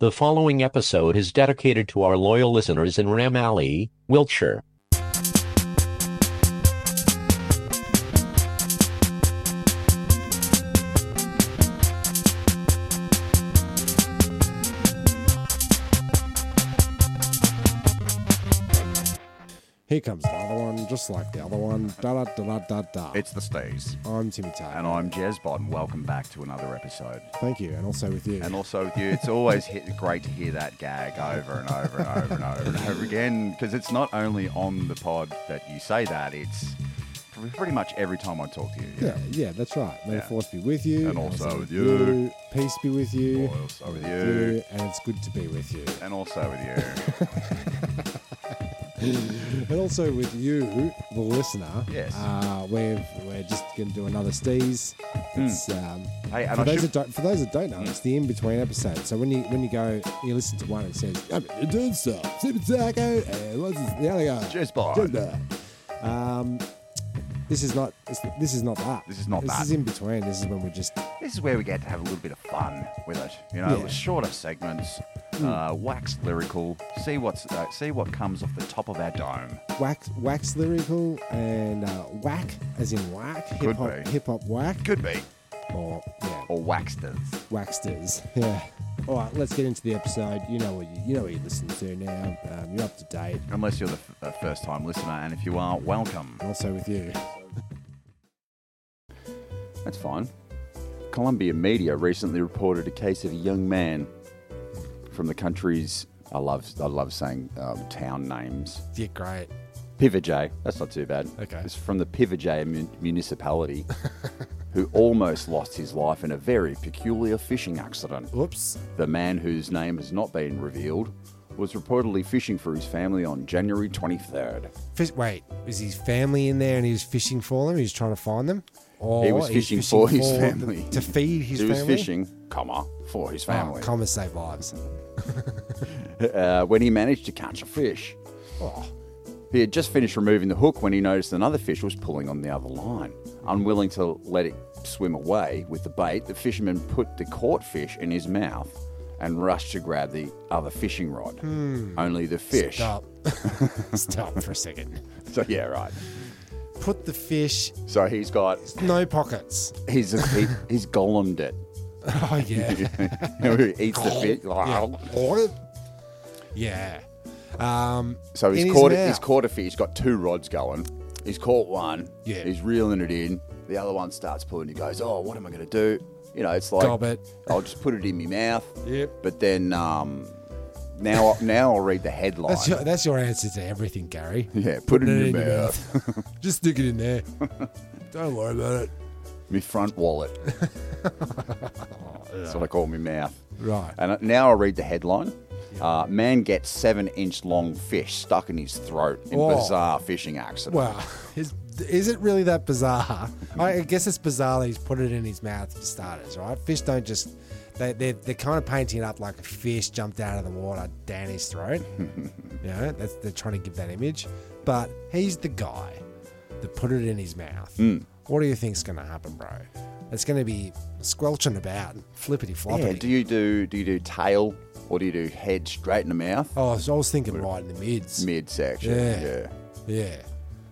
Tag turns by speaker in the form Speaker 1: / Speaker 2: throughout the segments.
Speaker 1: The following episode is dedicated to our loyal listeners in Ram Alley, Wiltshire.
Speaker 2: Here comes the other one, just like the other one. Da da da da da da.
Speaker 3: It's the Stees.
Speaker 2: I'm Timmy Taylor.
Speaker 3: And I'm Jez Bott, and welcome back to another episode.
Speaker 2: Thank you, and also with you.
Speaker 3: And also with you, it's always hit, great to hear that gag over and over and over and over and over again because it's not only on the pod that you say that, it's pr- pretty much every time I talk to you.
Speaker 2: yeah, yeah, that's right. May the
Speaker 3: Yeah.
Speaker 2: force be with you.
Speaker 3: And also with you.
Speaker 2: Peace be with you.
Speaker 3: Also with
Speaker 2: with
Speaker 3: you.
Speaker 2: And it's good to be with you.
Speaker 3: And also with you.
Speaker 2: And also with you, the listener.
Speaker 3: Yes.
Speaker 2: Uh, we've, we're just going to do another Steez. It's, um,
Speaker 3: Hmm. Hey, and
Speaker 2: for,
Speaker 3: I
Speaker 2: those
Speaker 3: should-
Speaker 2: that don't, for those that don't know, it's the in between episode. So when you when you go, you listen to one, it says, I'm doing stuff. Super Taco. And what's this? The other guy.
Speaker 3: Jez Bott.
Speaker 2: Jezebel. Um, this is not this, this is not that.
Speaker 3: This is not
Speaker 2: this
Speaker 3: that.
Speaker 2: is in between. This is when we just
Speaker 3: this is where we get to have a little bit of fun with it. You know,
Speaker 2: Yeah. Hmm.
Speaker 3: shorter segments, uh, wax lyrical, see what's uh, see what comes off the top of our dome.
Speaker 2: wax wax lyrical and uh, whack as in whack hip
Speaker 3: Could
Speaker 2: hop
Speaker 3: be.
Speaker 2: hip hop whack
Speaker 3: Could be.
Speaker 2: or yeah
Speaker 3: Or waxters.
Speaker 2: waxters. Yeah. All right, let's get into the episode. You know what you, you know what you listen to now. Um, you're up to date.
Speaker 3: Unless you're the f- a first time listener, and if you are, welcome.
Speaker 2: And Also with you.
Speaker 3: That's fine. Columbia Media recently reported a case of a young man from the country's. I love I love saying um, town names.
Speaker 2: Yeah, great.
Speaker 3: Pivijay. That's not too bad.
Speaker 2: Okay.
Speaker 3: It's from the Pivijay mun- municipality, who almost lost his life in a very peculiar fishing accident.
Speaker 2: Whoops.
Speaker 3: The man whose name has not been revealed was reportedly fishing for his family on January 23rd.
Speaker 2: Fish, wait, was his family in there and he was fishing for them? He was trying to find them? Or
Speaker 3: He was
Speaker 2: he's
Speaker 3: fishing for his family.
Speaker 2: To feed his
Speaker 3: he
Speaker 2: family?
Speaker 3: was fishing, comma, for his family.
Speaker 2: Oh, comma save lives.
Speaker 3: uh, when he managed to catch a fish.
Speaker 2: Oh,
Speaker 3: He had just finished removing the hook when he noticed another fish was pulling on the other line. Unwilling to let it swim away with the bait, the fisherman put the caught fish in his mouth and rushed to grab the other fishing rod. Only the fish.
Speaker 2: Hmm. stop. stop for a second.
Speaker 3: So yeah, right.
Speaker 2: Put the fish,
Speaker 3: So he's got
Speaker 2: no pockets.
Speaker 3: he's he, he's golemed it.
Speaker 2: Oh, yeah.
Speaker 3: he eats the fish.
Speaker 2: yeah. yeah. Um,
Speaker 3: So
Speaker 2: in
Speaker 3: he's
Speaker 2: his
Speaker 3: caught
Speaker 2: mouth.
Speaker 3: he's caught a fish. He's got two rods going. He's caught one.
Speaker 2: Yeah.
Speaker 3: He's reeling it in. The other one starts pulling. He goes, "Oh, what am I going to do?" You know, it's like
Speaker 2: Gob it.
Speaker 3: I'll just put it in my mouth.
Speaker 2: Yep.
Speaker 3: But then um, now now I'll read the headline.
Speaker 2: That's your, that's your answer to everything, Gary.
Speaker 3: yeah, put it in, your mouth.
Speaker 2: mouth. Just stick it in there. Don't worry about it.
Speaker 3: my front wallet. That's what I call my mouth.
Speaker 2: Right.
Speaker 3: And I- now I'll read the headline. Uh, man gets seven inch long fish stuck in his throat in
Speaker 2: Oh.
Speaker 3: bizarre fishing accident.
Speaker 2: Well, is, is it really that bizarre? I, I guess it's bizarre that he's put it in his mouth for starters, right? Fish don't just. They, they're, they're kind of painting it up like a fish jumped out of the water down his throat. you know, that's, they're trying to give that image. But he's the guy that put it in his mouth.
Speaker 3: Hmm.
Speaker 2: What do you think's going to happen, bro? It's going to be squelching about, flippity floppity.
Speaker 3: yeah, do you do do you do tail or do you do head straight in the mouth?
Speaker 2: Oh, so I was thinking right in the mids.
Speaker 3: Mid section.
Speaker 2: Yeah.
Speaker 3: Yeah.
Speaker 2: Yeah.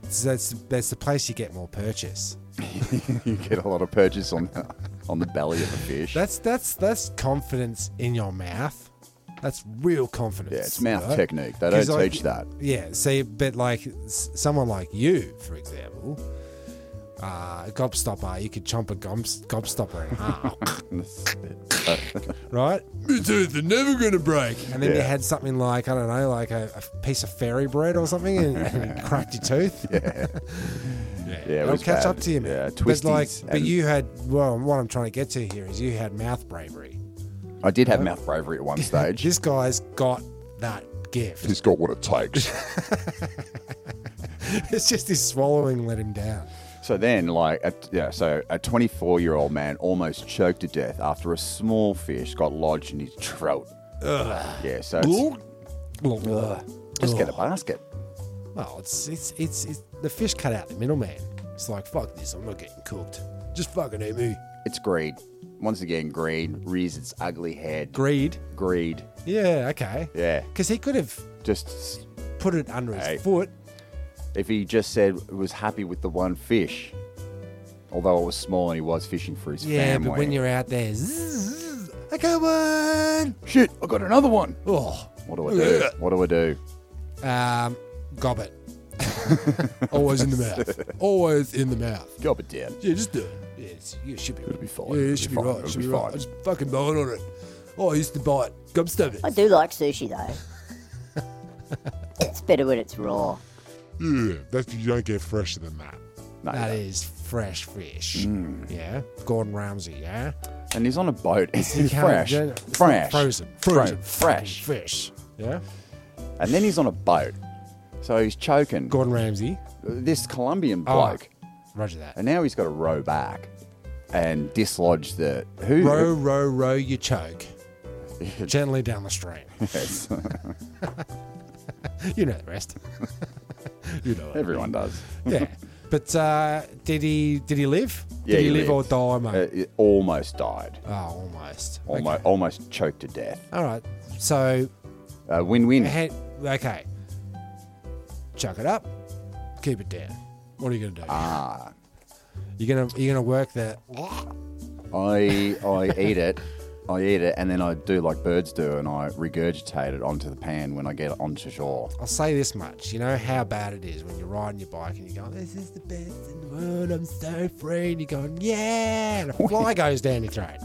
Speaker 2: So that's that's the place you get more purchase.
Speaker 3: you get a lot of purchase on the, on the belly of a fish.
Speaker 2: That's that's that's confidence in your mouth. That's real confidence.
Speaker 3: yeah, it's mouth
Speaker 2: right?
Speaker 3: technique. They don't
Speaker 2: 'Cause, like,
Speaker 3: teach that.
Speaker 2: Yeah. See, but like s- someone like you, for example, uh, gobstopper, you could chomp a gobs- gobstopper in half, right? Your teeth are never gonna break. And then you
Speaker 3: Yeah.
Speaker 2: had something like I don't know, like a, a piece of fairy bread or something, and, and cracked your tooth.
Speaker 3: Yeah, it
Speaker 2: It'll
Speaker 3: was
Speaker 2: catch
Speaker 3: bad.
Speaker 2: up to you, man.
Speaker 3: Yeah,
Speaker 2: but like,
Speaker 3: twisties
Speaker 2: but
Speaker 3: and-
Speaker 2: you had well, what I'm trying to get to here is you had mouth bravery.
Speaker 3: I did have mouth bravery at one stage.
Speaker 2: This guy's got that gift.
Speaker 3: He's got what it takes.
Speaker 2: it's just his swallowing let him down.
Speaker 3: so then, like, a, yeah, so a 24 year old man almost choked to death after a small fish got lodged in his throat. Yeah, so it's, Oh. just get a basket.
Speaker 2: Well, it's, it's it's it's the fish cut out the middleman. It's like fuck this, I'm not getting cooked. Just fucking eat me.
Speaker 3: It's greed. Once again, greed rears its ugly head.
Speaker 2: Greed.
Speaker 3: greed.
Speaker 2: Yeah, okay.
Speaker 3: Yeah.
Speaker 2: Because he could have
Speaker 3: Just s-
Speaker 2: put it under his
Speaker 3: Hey.
Speaker 2: foot.
Speaker 3: if he just said was happy with the one fish, although it was small and he was fishing for his
Speaker 2: Yeah,
Speaker 3: family.
Speaker 2: but when you're out there, zzz, I got one.
Speaker 3: shit, I got another one.
Speaker 2: Oh,
Speaker 3: What do I do? What do I do?
Speaker 2: um, gobbet. Always in the mouth. Always in the mouth.
Speaker 3: Job it down.
Speaker 2: Yeah, just do it. Yeah, it's, yeah, it should be. It'll
Speaker 3: be fine.
Speaker 2: Yeah, it should be,
Speaker 3: It'll be
Speaker 2: right.
Speaker 3: fine.
Speaker 2: It should be,
Speaker 3: It'll be
Speaker 2: right.
Speaker 3: fine.
Speaker 2: I just fucking bowing on it. Oh, I used to bite. Gobstop
Speaker 4: I
Speaker 2: it.
Speaker 4: do like sushi though. it's better when it's raw.
Speaker 5: Yeah, that's you don't get fresher than that.
Speaker 3: No, Hmm.
Speaker 2: That
Speaker 3: no.
Speaker 2: is fresh fish. Yeah, Gordon Ramsay. Yeah,
Speaker 3: and he's on a boat. It's,
Speaker 2: You can't-
Speaker 3: fresh,
Speaker 2: yeah, it's not
Speaker 3: fresh,
Speaker 2: frozen,
Speaker 3: Fro-
Speaker 2: frozen,
Speaker 3: fresh.
Speaker 2: fucking fish. Yeah,
Speaker 3: And then he's on a boat, so he's choking
Speaker 2: Gordon Ramsay.
Speaker 3: this Colombian
Speaker 2: Oh.
Speaker 3: bloke,
Speaker 2: Roger that.
Speaker 3: and now he's got to row back and dislodge the who.
Speaker 2: Row, row, row your choke gently down the stream.
Speaker 3: Yes.
Speaker 2: You know the rest. you know it.
Speaker 3: Everyone does.
Speaker 2: Yeah. But uh, did he did he live?
Speaker 3: Yeah,
Speaker 2: did he,
Speaker 3: he
Speaker 2: live
Speaker 3: lived.
Speaker 2: or die,
Speaker 3: Uh,
Speaker 2: mate?
Speaker 3: it almost died.
Speaker 2: oh, almost. Okay.
Speaker 3: Almost, almost choked to death.
Speaker 2: All right. So,
Speaker 3: Uh, win-win.
Speaker 2: he- okay. Chuck it up. Keep it down. What are you gonna do?
Speaker 3: Ah,
Speaker 2: you're gonna you're gonna work that.
Speaker 3: I I eat it. I eat it, and then I do like birds do, and I regurgitate it onto the pan when I get onto shore.
Speaker 2: I'll say this much. You know how bad it is when you're riding your bike and you're going, "This is the best in the world. I'm so free," and you're going, "Yeah!" And a fly goes down your throat.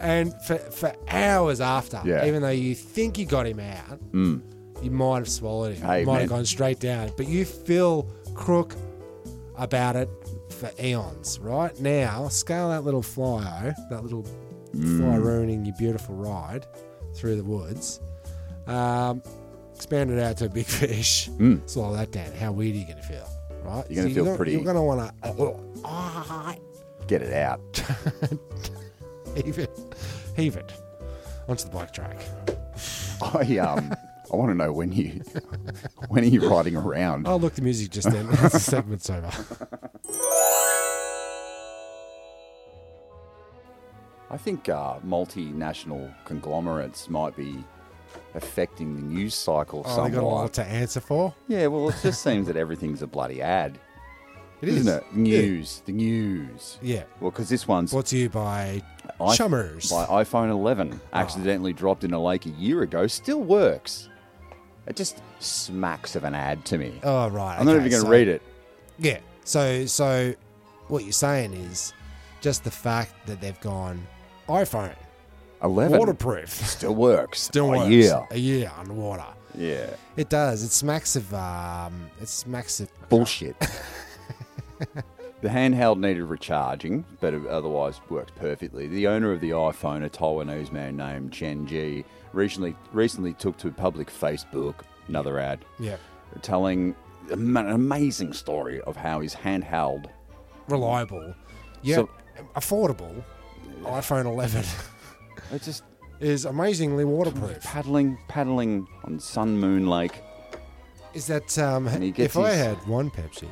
Speaker 2: and for for hours after,
Speaker 3: Yeah. Mm.
Speaker 2: even though you think you got him out, you might have swallowed him.
Speaker 3: Hey,
Speaker 2: you might have
Speaker 3: man.
Speaker 2: gone straight down, but you feel crook about it for eons. Right now, scale that little flyo, that little fly
Speaker 3: Mm.
Speaker 2: ruining your beautiful ride through the woods. Um, expand it out to a big fish. Swallow that down. How weird are you going to feel? Right?
Speaker 3: Mm. You're gonna feel
Speaker 2: gonna- uh,
Speaker 3: pretty-
Speaker 2: You're going to want to ah,
Speaker 3: Get it out.
Speaker 2: heave it, heave it onto the bike track.
Speaker 3: I um, I want to know when you when are you riding around?
Speaker 2: Oh, look, the music just then. the segment's over. Oh,
Speaker 3: I think uh, multinational conglomerates might be affecting the news cycle
Speaker 2: Oh, they
Speaker 3: somewhat.
Speaker 2: got a lot to answer for.
Speaker 3: yeah, well, it just seems that everything's a bloody ad,
Speaker 2: It
Speaker 3: isn't
Speaker 2: is.
Speaker 3: it? News, the news.
Speaker 2: Yeah.
Speaker 3: Well, because this one's
Speaker 2: Brought to you by
Speaker 3: I-
Speaker 2: Chummers.
Speaker 3: My iPhone 11 accidentally dropped in a lake a year ago still works. It just smacks of an ad to me.
Speaker 2: Oh, right.
Speaker 3: I'm not even going to read it.
Speaker 2: Yeah. So, so what you're saying is just the fact that they've gone iPhone
Speaker 3: 11
Speaker 2: waterproof
Speaker 3: still works.
Speaker 2: still
Speaker 3: a
Speaker 2: works.
Speaker 3: year.
Speaker 2: A year underwater.
Speaker 3: Yeah.
Speaker 2: It does. It smacks of um. It smacks of
Speaker 3: Bullshit. the handheld needed recharging, but it otherwise works perfectly. The owner of the iPhone, a Taiwanese man named Chen Ji, recently recently took to public Facebook, another ad,
Speaker 2: yeah.
Speaker 3: telling an amazing story of how his handheld
Speaker 2: Reliable. Yeah.
Speaker 3: So-
Speaker 2: affordable. iPhone 11
Speaker 3: it just
Speaker 2: is amazingly waterproof.
Speaker 3: paddling, paddling on Sun Moon Lake.
Speaker 2: Is that um?
Speaker 3: he
Speaker 2: If
Speaker 3: gets
Speaker 2: I
Speaker 3: his-
Speaker 2: had one Pepsi.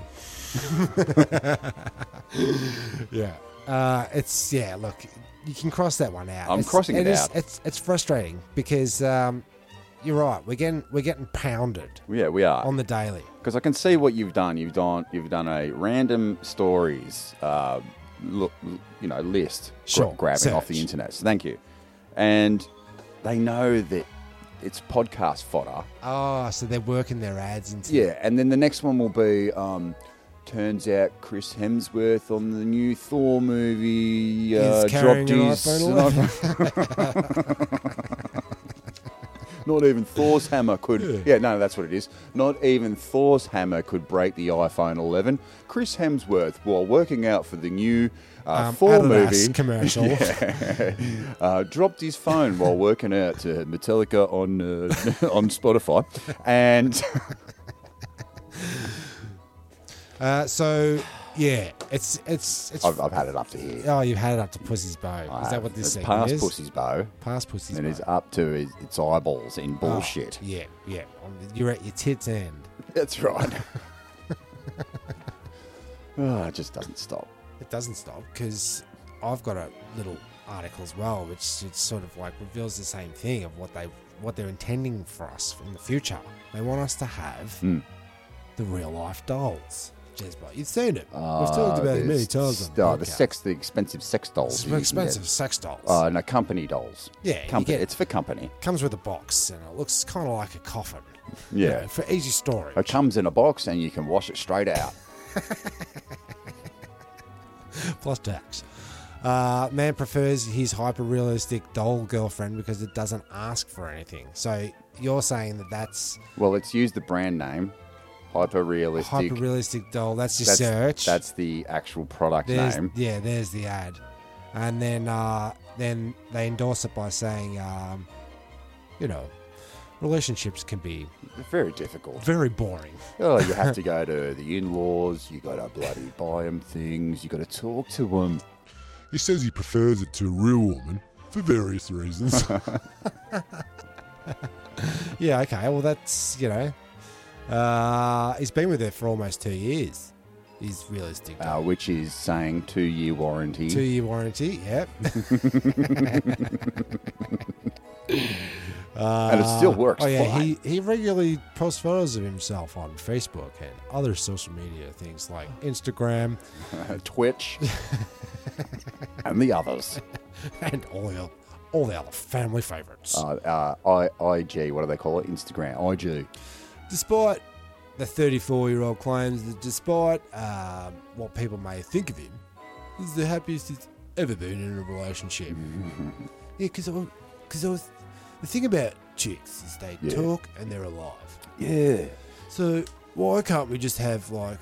Speaker 2: yeah. Uh, it's yeah. Look, you can cross that one out.
Speaker 3: I'm
Speaker 2: It's-
Speaker 3: crossing it
Speaker 2: is-
Speaker 3: out.
Speaker 2: It's it's frustrating because um, you're right. We're getting we're getting pounded
Speaker 3: Yeah, we are
Speaker 2: on the daily.
Speaker 3: because I can see what you've done. You've done you've done a random stories, uh, look, you know, list gra-
Speaker 2: Sure,
Speaker 3: grabbing off the
Speaker 2: search.
Speaker 3: internet. So thank you, and they know that it's podcast fodder.
Speaker 2: Oh, so they're working their ads into
Speaker 3: Yeah, and then the next one will be. Um, Turns out Chris Hemsworth on the new Thor movie uh,
Speaker 2: carrying
Speaker 3: dropped
Speaker 2: an
Speaker 3: his
Speaker 2: iPhone
Speaker 3: Not even Thor's hammer could. Yeah. no, that's what it is. Not even Thor's hammer could break the iPhone 11. Chris Hemsworth, while working out for the new uh,
Speaker 2: um,
Speaker 3: Thor
Speaker 2: Adidas
Speaker 3: movie,
Speaker 2: commercial.
Speaker 3: uh, dropped his phone while working out to Metallica on uh, on Spotify, and
Speaker 2: Uh, so yeah, it's it's it's.
Speaker 3: I've, I've had it up to here.
Speaker 2: oh, you've had it up to pussy's bow. Is that what this
Speaker 3: It's
Speaker 2: segment
Speaker 3: past
Speaker 2: is?
Speaker 3: pussy's bow,
Speaker 2: Past pussy's
Speaker 3: and
Speaker 2: bow. Oh.
Speaker 3: it's up to his, its eyeballs in bullshit.
Speaker 2: Yeah, yeah. Um, You're at your tits end.
Speaker 3: That's right. oh, it just doesn't stop.
Speaker 2: It doesn't stop because I've got a little article as well, which it sort of like reveals the same thing of what they what they're intending for us in the future. They want us to have
Speaker 3: Hmm.
Speaker 2: the real life dolls. Jezbo, you've seen it. We've talked about it many times. on
Speaker 3: The, Ah, the
Speaker 2: podcast.
Speaker 3: sex, the expensive sex dolls.
Speaker 2: It's
Speaker 3: that you can
Speaker 2: expensive
Speaker 3: get.
Speaker 2: sex dolls.
Speaker 3: Uh, no, company dolls.
Speaker 2: Yeah, you
Speaker 3: company.
Speaker 2: get-
Speaker 3: It's for company.
Speaker 2: comes with a box and it looks kind of like a coffin.
Speaker 3: Yeah.
Speaker 2: You know, for easy storage.
Speaker 3: It comes in a box and you can wash it straight out.
Speaker 2: plus tax. Uh, man prefers his hyper realistic doll girlfriend because it doesn't ask for anything. So you're saying that that's
Speaker 3: well, it's used the brand name, hyper realistic.
Speaker 2: hyper realistic doll. That's your
Speaker 3: that's,
Speaker 2: search.
Speaker 3: That's the actual product
Speaker 2: there's,
Speaker 3: name.
Speaker 2: Yeah, there's the ad, and then uh, then they endorse it by saying, um, you know, relationships can be
Speaker 3: Very difficult.
Speaker 2: very boring.
Speaker 3: Oh, you have to go to the in-laws. You got to bloody buy them things. You got to talk to them.
Speaker 5: He says he prefers it to a real woman for various reasons.
Speaker 2: Yeah, okay. Well, that's you know, uh, he's been with her for almost two years. He's realistic. doll.
Speaker 3: Uh, which is saying two-year warranty.
Speaker 2: Two year warranty, yep.
Speaker 3: And it still works
Speaker 2: Oh, yeah,
Speaker 3: fine.
Speaker 2: he, he regularly posts photos of himself on Facebook and other social media things like Instagram
Speaker 3: Twitch, and the others.
Speaker 2: and all the, oth- all the other family favorites.
Speaker 3: Uh, uh, I, IG, what do they call it? Instagram, IG.
Speaker 2: despite the 34 year old claims that despite um, what people may think of him, this is the happiest he's ever been in a relationship. yeah, because I, cause I was. The thing about chicks is they
Speaker 3: Yeah.
Speaker 2: talk and they're alive.
Speaker 3: Yeah.
Speaker 2: So why can't we just have like,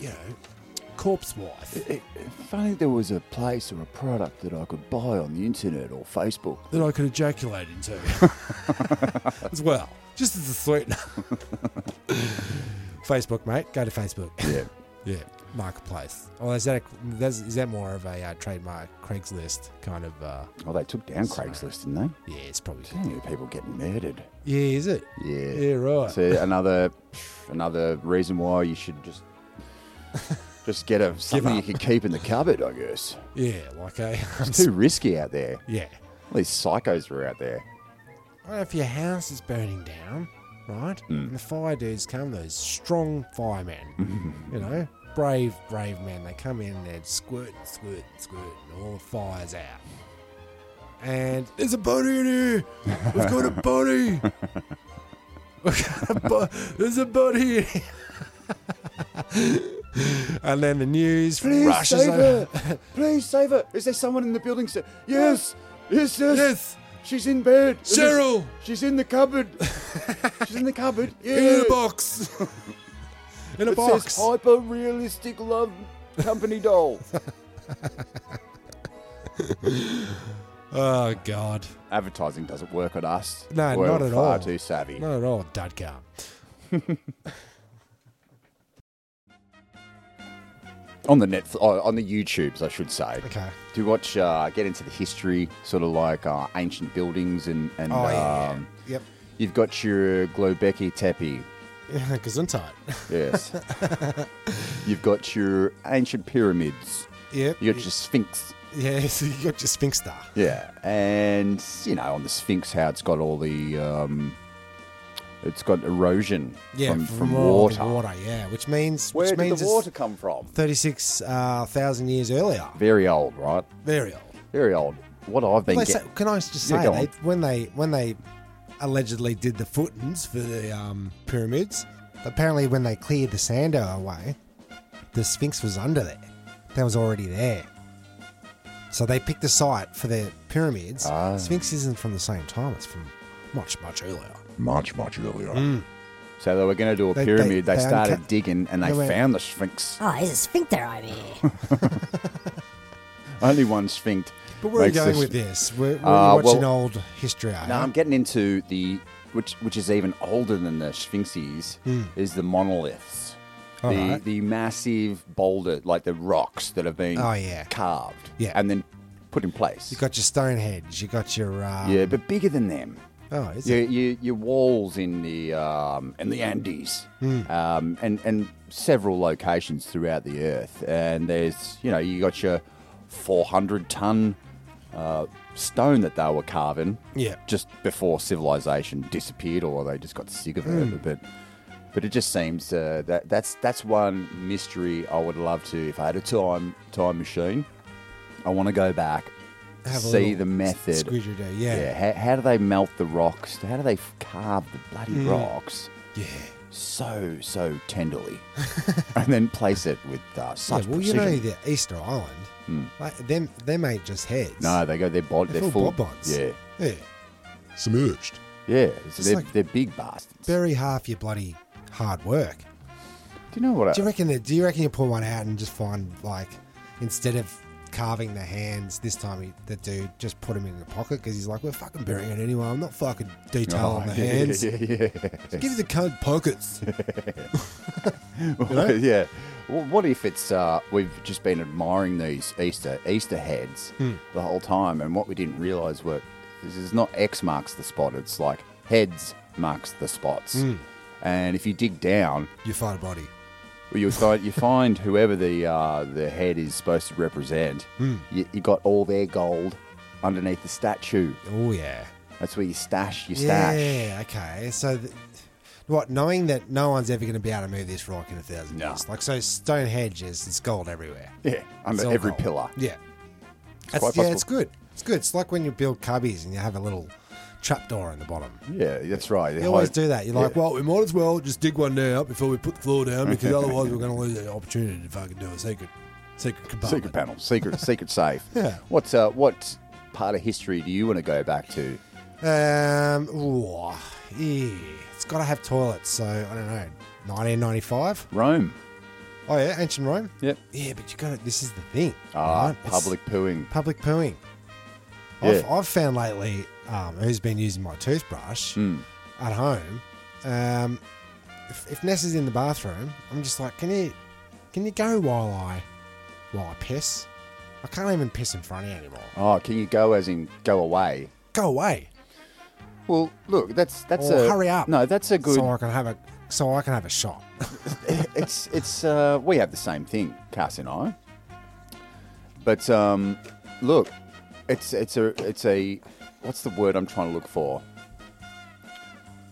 Speaker 2: you know, corpse wife
Speaker 3: if only there was a place or a product that I could buy on the internet or Facebook.
Speaker 2: that I could ejaculate into as well, just as a sweetener. Facebook, mate, go to Facebook.
Speaker 3: Yeah.
Speaker 2: yeah, marketplace. Oh, is that a, that's, is that more of a uh, trademark Craigslist kind of? Uh,
Speaker 3: Well, they took down Craigslist, didn't they?
Speaker 2: yeah, it's probably.
Speaker 3: Too many people getting murdered.
Speaker 2: Yeah, is it?
Speaker 3: Yeah.
Speaker 2: Yeah, right.
Speaker 3: So another another reason why you should just just get a something you
Speaker 2: up.
Speaker 3: can keep in the cupboard, I guess.
Speaker 2: Yeah, like a.
Speaker 3: It's too risky out there.
Speaker 2: yeah.
Speaker 3: All these psychos are out there.
Speaker 2: Well, if your house is burning down, right,
Speaker 3: Hmm.
Speaker 2: and the fire dudes come, those strong firemen, you know, brave, brave men, they come in and they'd squirt and squirt and squirt and all the fire's out. And there's a body in here! We've got a body! We've got a bo- there's a body in here! and then the news rushes over.
Speaker 3: her! Please save her! Is there someone in the building? Sir? Yes! Yes, yes!
Speaker 2: Yes!
Speaker 3: She's in bed! It is-
Speaker 2: Cheryl!
Speaker 3: She's in the cupboard! She's in the cupboard!
Speaker 2: In
Speaker 3: Yeah.
Speaker 2: a box! In a
Speaker 3: It
Speaker 2: box!
Speaker 3: says hyper realistic love company doll.
Speaker 2: Oh, God.
Speaker 3: Advertising doesn't work on us.
Speaker 2: No,
Speaker 3: We're
Speaker 2: not at
Speaker 3: far
Speaker 2: all.
Speaker 3: too savvy.
Speaker 2: Not at all. Dot com.
Speaker 3: On the Netflix, oh, on the YouTubes, I should say.
Speaker 2: Okay.
Speaker 3: Do watch, uh, get into the history, sort of like uh, ancient buildings and and.
Speaker 2: Oh, yeah,
Speaker 3: um,
Speaker 2: yeah.
Speaker 3: You've got your Globeki Tepe,
Speaker 2: Yep. Gesundheit.
Speaker 3: yes. You've got your ancient pyramids.
Speaker 2: Yep.
Speaker 3: You got your Sphinx.
Speaker 2: yeah, so you got your Sphinx star.
Speaker 3: Yeah, and you know, on the Sphinx, how it's got all the, um, it's got erosion
Speaker 2: Yeah,
Speaker 3: from, from,
Speaker 2: all the
Speaker 3: water.
Speaker 2: water, yeah, which means
Speaker 3: Where
Speaker 2: which
Speaker 3: did
Speaker 2: means
Speaker 3: the water come from?
Speaker 2: thirty-six uh, thousand years earlier.
Speaker 3: Very old, right?
Speaker 2: Very old.
Speaker 3: Very old. What I've been
Speaker 2: They
Speaker 3: getting.
Speaker 2: say, can I just
Speaker 3: Yeah,
Speaker 2: say
Speaker 3: go
Speaker 2: they,
Speaker 3: on.
Speaker 2: when they when they allegedly did the footings for the um, pyramids, apparently when they cleared the sand away, the Sphinx was under there. That was already there. So they picked the site for their pyramids.
Speaker 3: Ah.
Speaker 2: Sphinx isn't from the same time; it's from much much earlier.
Speaker 5: much, much earlier.
Speaker 3: So they were going to do
Speaker 2: Mm.
Speaker 3: a
Speaker 2: They- they-
Speaker 3: pyramid. They,
Speaker 2: they
Speaker 3: started
Speaker 2: unca-
Speaker 3: digging and they
Speaker 2: They went-
Speaker 3: found the Sphinx.
Speaker 4: Oh, there's a sphincter over here.
Speaker 3: Only one Sphinx.
Speaker 2: But where are you
Speaker 3: makes the
Speaker 2: going
Speaker 3: Sph-
Speaker 2: with this? We're, we're
Speaker 3: Uh,
Speaker 2: watching
Speaker 3: well-
Speaker 2: old history. eh? are
Speaker 3: No,
Speaker 2: you?
Speaker 3: I'm getting into the which which is even older than the Sphinxes is the monoliths.
Speaker 2: Hmm. All
Speaker 3: the,
Speaker 2: right.
Speaker 3: the massive boulder, like the rocks that have been
Speaker 2: Oh, yeah.
Speaker 3: carved
Speaker 2: Yeah.
Speaker 3: and then put in place.
Speaker 2: You got your Stonehenge. You got your uh,
Speaker 3: yeah, but bigger than them.
Speaker 2: Oh, is
Speaker 3: Your,
Speaker 2: it?
Speaker 3: your, your walls in the um, in the Andes
Speaker 2: Hmm.
Speaker 3: um, and and several locations throughout the earth. And there's you know you got your 400 ton uh, stone that they were carving
Speaker 2: Yeah.
Speaker 3: just before civilization disappeared or they just got sick of it.
Speaker 2: Hmm.
Speaker 3: But but it just seems uh, that that's that's one mystery I would love to. If I had a time time machine, I want to go back,
Speaker 2: Have a
Speaker 3: see
Speaker 2: little
Speaker 3: the method.
Speaker 2: squidgeridoo,
Speaker 3: yeah,
Speaker 2: yeah.
Speaker 3: How, how do they melt the rocks? How do they f- carve the bloody
Speaker 2: Mm.
Speaker 3: rocks?
Speaker 2: Yeah.
Speaker 3: So so tenderly, and then place it with uh, such
Speaker 2: well, you
Speaker 3: precision. Hmm.
Speaker 2: know the Easter Island, like them, them ain't just heads.
Speaker 3: no, they go. They're, bod-
Speaker 2: they're,
Speaker 3: they're
Speaker 2: full
Speaker 3: full.
Speaker 2: bonbons.
Speaker 3: Yeah,
Speaker 2: yeah.
Speaker 5: Submerged.
Speaker 3: yeah. So they're,
Speaker 2: like-
Speaker 3: they're big bastards.
Speaker 2: Bury half your bloody hard work.
Speaker 3: do you know what? I,
Speaker 2: Do you reckon that? Do you reckon you pull one out and just find like instead of carving the hands this time he, the dude just put him in the pocket because he's like we're fucking burying it anyway. I'm not fucking detailing the
Speaker 3: yeah,
Speaker 2: hands.
Speaker 3: Oh, yeah, yeah, yeah.
Speaker 2: Just give the code pockets.
Speaker 3: Well, yeah. Well, what if it's uh, we've just been admiring these Easter Easter heads
Speaker 2: Hmm.
Speaker 3: the whole time, and what we didn't realise were this is not X marks the spot; it's like heads marks the spots.
Speaker 2: Hmm.
Speaker 3: And if you dig down,
Speaker 2: you find a body.
Speaker 3: well, you find you find whoever the uh, the head is supposed to represent.
Speaker 2: Hmm.
Speaker 3: You, you got all their gold underneath the statue.
Speaker 2: Oh yeah.
Speaker 3: That's where you stash your stash.
Speaker 2: Yeah. Okay. So. Th- what, knowing that no one's ever going to be able to move this rock in a thousand
Speaker 3: No.
Speaker 2: years? Like, so Stonehenge is, it's gold everywhere.
Speaker 3: Yeah, under
Speaker 2: It's all
Speaker 3: every
Speaker 2: gold.
Speaker 3: pillar.
Speaker 2: Yeah. That's,
Speaker 3: quite
Speaker 2: yeah,
Speaker 3: possible.
Speaker 2: it's good. It's good. It's like when you build cubbies and you have a little trapdoor in the bottom.
Speaker 3: Yeah, that's right.
Speaker 2: You always do that. You're like, well, we might as well just dig one now before we put the floor down because otherwise we're going to lose the opportunity to fucking do a secret, secret compartment.
Speaker 3: Secret panel, secret, secret safe.
Speaker 2: Yeah.
Speaker 3: What's uh, what part of history do you want to go back to?
Speaker 2: Um, ooh, yeah. it's got to have toilets. So I don't know, 1995.
Speaker 3: Rome.
Speaker 2: Oh yeah, ancient Rome.
Speaker 3: Yep.
Speaker 2: Yeah, but you got to This is the thing.
Speaker 3: Ah,
Speaker 2: right? It's
Speaker 3: public pooing.
Speaker 2: public pooing. I've,
Speaker 3: Yeah.
Speaker 2: I've found lately um, who's been using my toothbrush
Speaker 3: Mm.
Speaker 2: at home. Um, if, if Ness is in the bathroom, I'm just like, can you can you go while I while I piss? I can't even piss in front of you anymore.
Speaker 3: Oh, can you go as in go away?
Speaker 2: Go away,
Speaker 3: Well, look, that's that's
Speaker 2: Or
Speaker 3: a
Speaker 2: hurry up.
Speaker 3: No, that's a good.
Speaker 2: so I can have a so I can have a shot.
Speaker 3: it's it's uh, we have the same thing, Cass and I. But um, look, it's it's a it's a what's the word I'm trying to look for?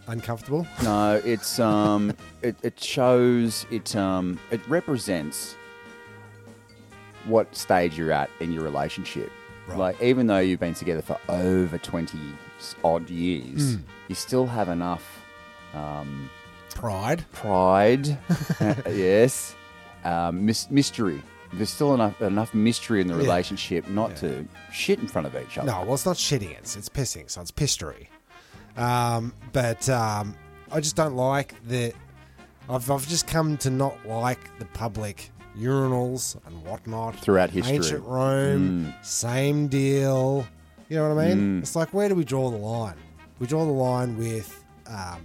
Speaker 2: Uncomfortable.
Speaker 3: No, it's um, it, it shows it um, it represents what stage you're at in your relationship.
Speaker 2: Right.
Speaker 3: Like even though you've been together for over twenty odd
Speaker 2: Hmm.
Speaker 3: years, you still have enough um,
Speaker 2: Pride.
Speaker 3: pride. uh, yes, um, mys- mystery. There's still enough enough mystery in the
Speaker 2: Yeah.
Speaker 3: relationship not to shit in front of each other.
Speaker 2: No, well, it's not shitting. It's it's pissing. So it's pistery. Um, but um, I just don't like the. I've I've just come to not like the public urinals and whatnot
Speaker 3: Throughout history. Mm.
Speaker 2: Ancient Rome, same deal. You know what I mean? It's like where do we draw the line? We draw the line with um,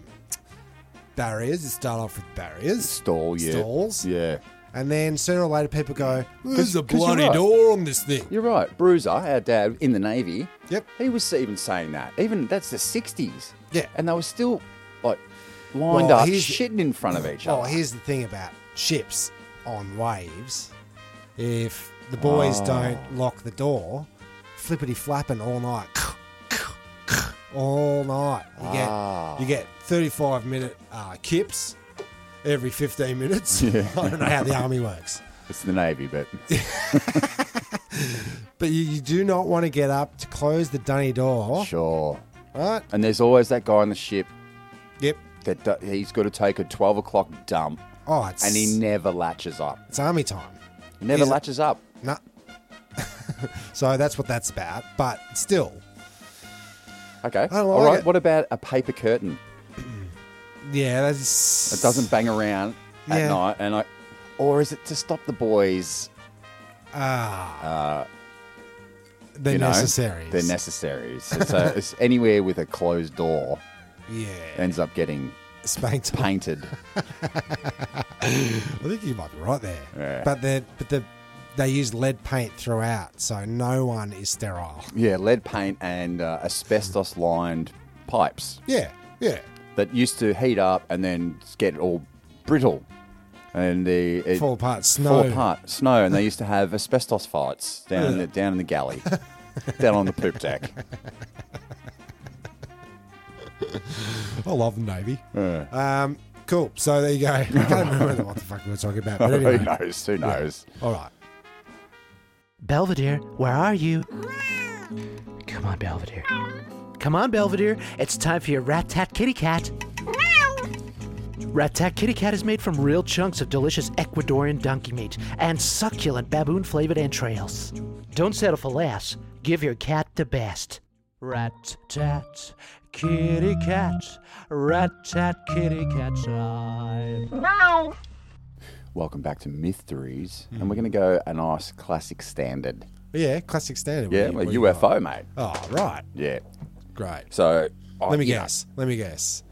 Speaker 2: barriers. You start off with barriers,
Speaker 3: Stall, yeah,
Speaker 2: stalls,
Speaker 3: yeah.
Speaker 2: and then sooner or later people go, "There's a
Speaker 3: 'cause you're
Speaker 2: bloody
Speaker 3: right.
Speaker 2: door on this thing."
Speaker 3: You're right, Bruiser, our dad in the Navy.
Speaker 2: Yep.
Speaker 3: He was even saying that. Even that's the '60s.
Speaker 2: Yeah.
Speaker 3: and they were still like lined
Speaker 2: Well,
Speaker 3: up,
Speaker 2: here's-
Speaker 3: shitting in front of each
Speaker 2: Oh,
Speaker 3: other.
Speaker 2: here's the thing about ships on waves. If the boys
Speaker 3: Oh.
Speaker 2: don't lock the door, flippity flapping all night. All night. You get
Speaker 3: Ah.
Speaker 2: you get 35 minute uh, kips every 15 minutes. I don't know how the army works.
Speaker 3: It's the Navy, but
Speaker 2: But you, you do not want to get up to close the dunny door.
Speaker 3: sure.
Speaker 2: Right?
Speaker 3: And there's always that guy on the ship
Speaker 2: Yep.
Speaker 3: that do- he's got to take a 12 o'clock dump,
Speaker 2: Oh, it's,
Speaker 3: and he never latches up.
Speaker 2: it's army time.
Speaker 3: He never
Speaker 2: He's-
Speaker 3: latches up.
Speaker 2: No. so that's what that's about. But still,
Speaker 3: Okay.
Speaker 2: don't
Speaker 3: All
Speaker 2: like
Speaker 3: right.
Speaker 2: it.
Speaker 3: What about a paper curtain
Speaker 2: yeah, that's.
Speaker 3: that doesn't bang around at
Speaker 2: Yeah.
Speaker 3: night? And I, or is it to stop the boys?
Speaker 2: ah. They're
Speaker 3: Uh, you know,
Speaker 2: necessary.
Speaker 3: They're necessaries. It's, a, it's anywhere with a closed door
Speaker 2: yeah.
Speaker 3: ends up getting
Speaker 2: Spank time.
Speaker 3: painted.
Speaker 2: I think you might be right there.
Speaker 3: Yeah.
Speaker 2: But the but the they use lead paint throughout, so no one is sterile.
Speaker 3: Yeah, lead paint and uh, asbestos lined pipes
Speaker 2: Yeah, yeah,
Speaker 3: that used to heat up and then get all brittle. and the it
Speaker 2: Fall apart,
Speaker 3: fall
Speaker 2: snow.
Speaker 3: apart, snow, and they used to have asbestos fights down in the down in the galley, down on the poop deck.
Speaker 2: I love the Navy. Um, cool. So there you go. I can't remember what the fuck we were talking about. But
Speaker 3: Who
Speaker 2: anyway,
Speaker 3: knows? Who knows?
Speaker 2: all right.
Speaker 6: Belvedere, where are you? Come on, Belvedere. Come on, Belvedere. It's time for your Rat Tat Kitty Cat. Rat Tat Kitty Cat is made from real chunks of delicious Ecuadorian donkey meat and succulent baboon flavored entrails. Don't settle for less. Give your cat the best. Rat Tat Kitty Cat. Rat Tat Kitty Cat time.
Speaker 3: Welcome back to Mysteries, and we're going to
Speaker 2: Hmm.
Speaker 3: go a nice classic standard.
Speaker 2: Yeah, classic standard.
Speaker 3: Yeah,
Speaker 2: What
Speaker 3: well,
Speaker 2: do you- what do
Speaker 3: UFO, mate.
Speaker 2: you got? Oh, right.
Speaker 3: Yeah.
Speaker 2: Great.
Speaker 3: So oh,
Speaker 2: Let me
Speaker 3: yeah.
Speaker 2: guess. Let me guess.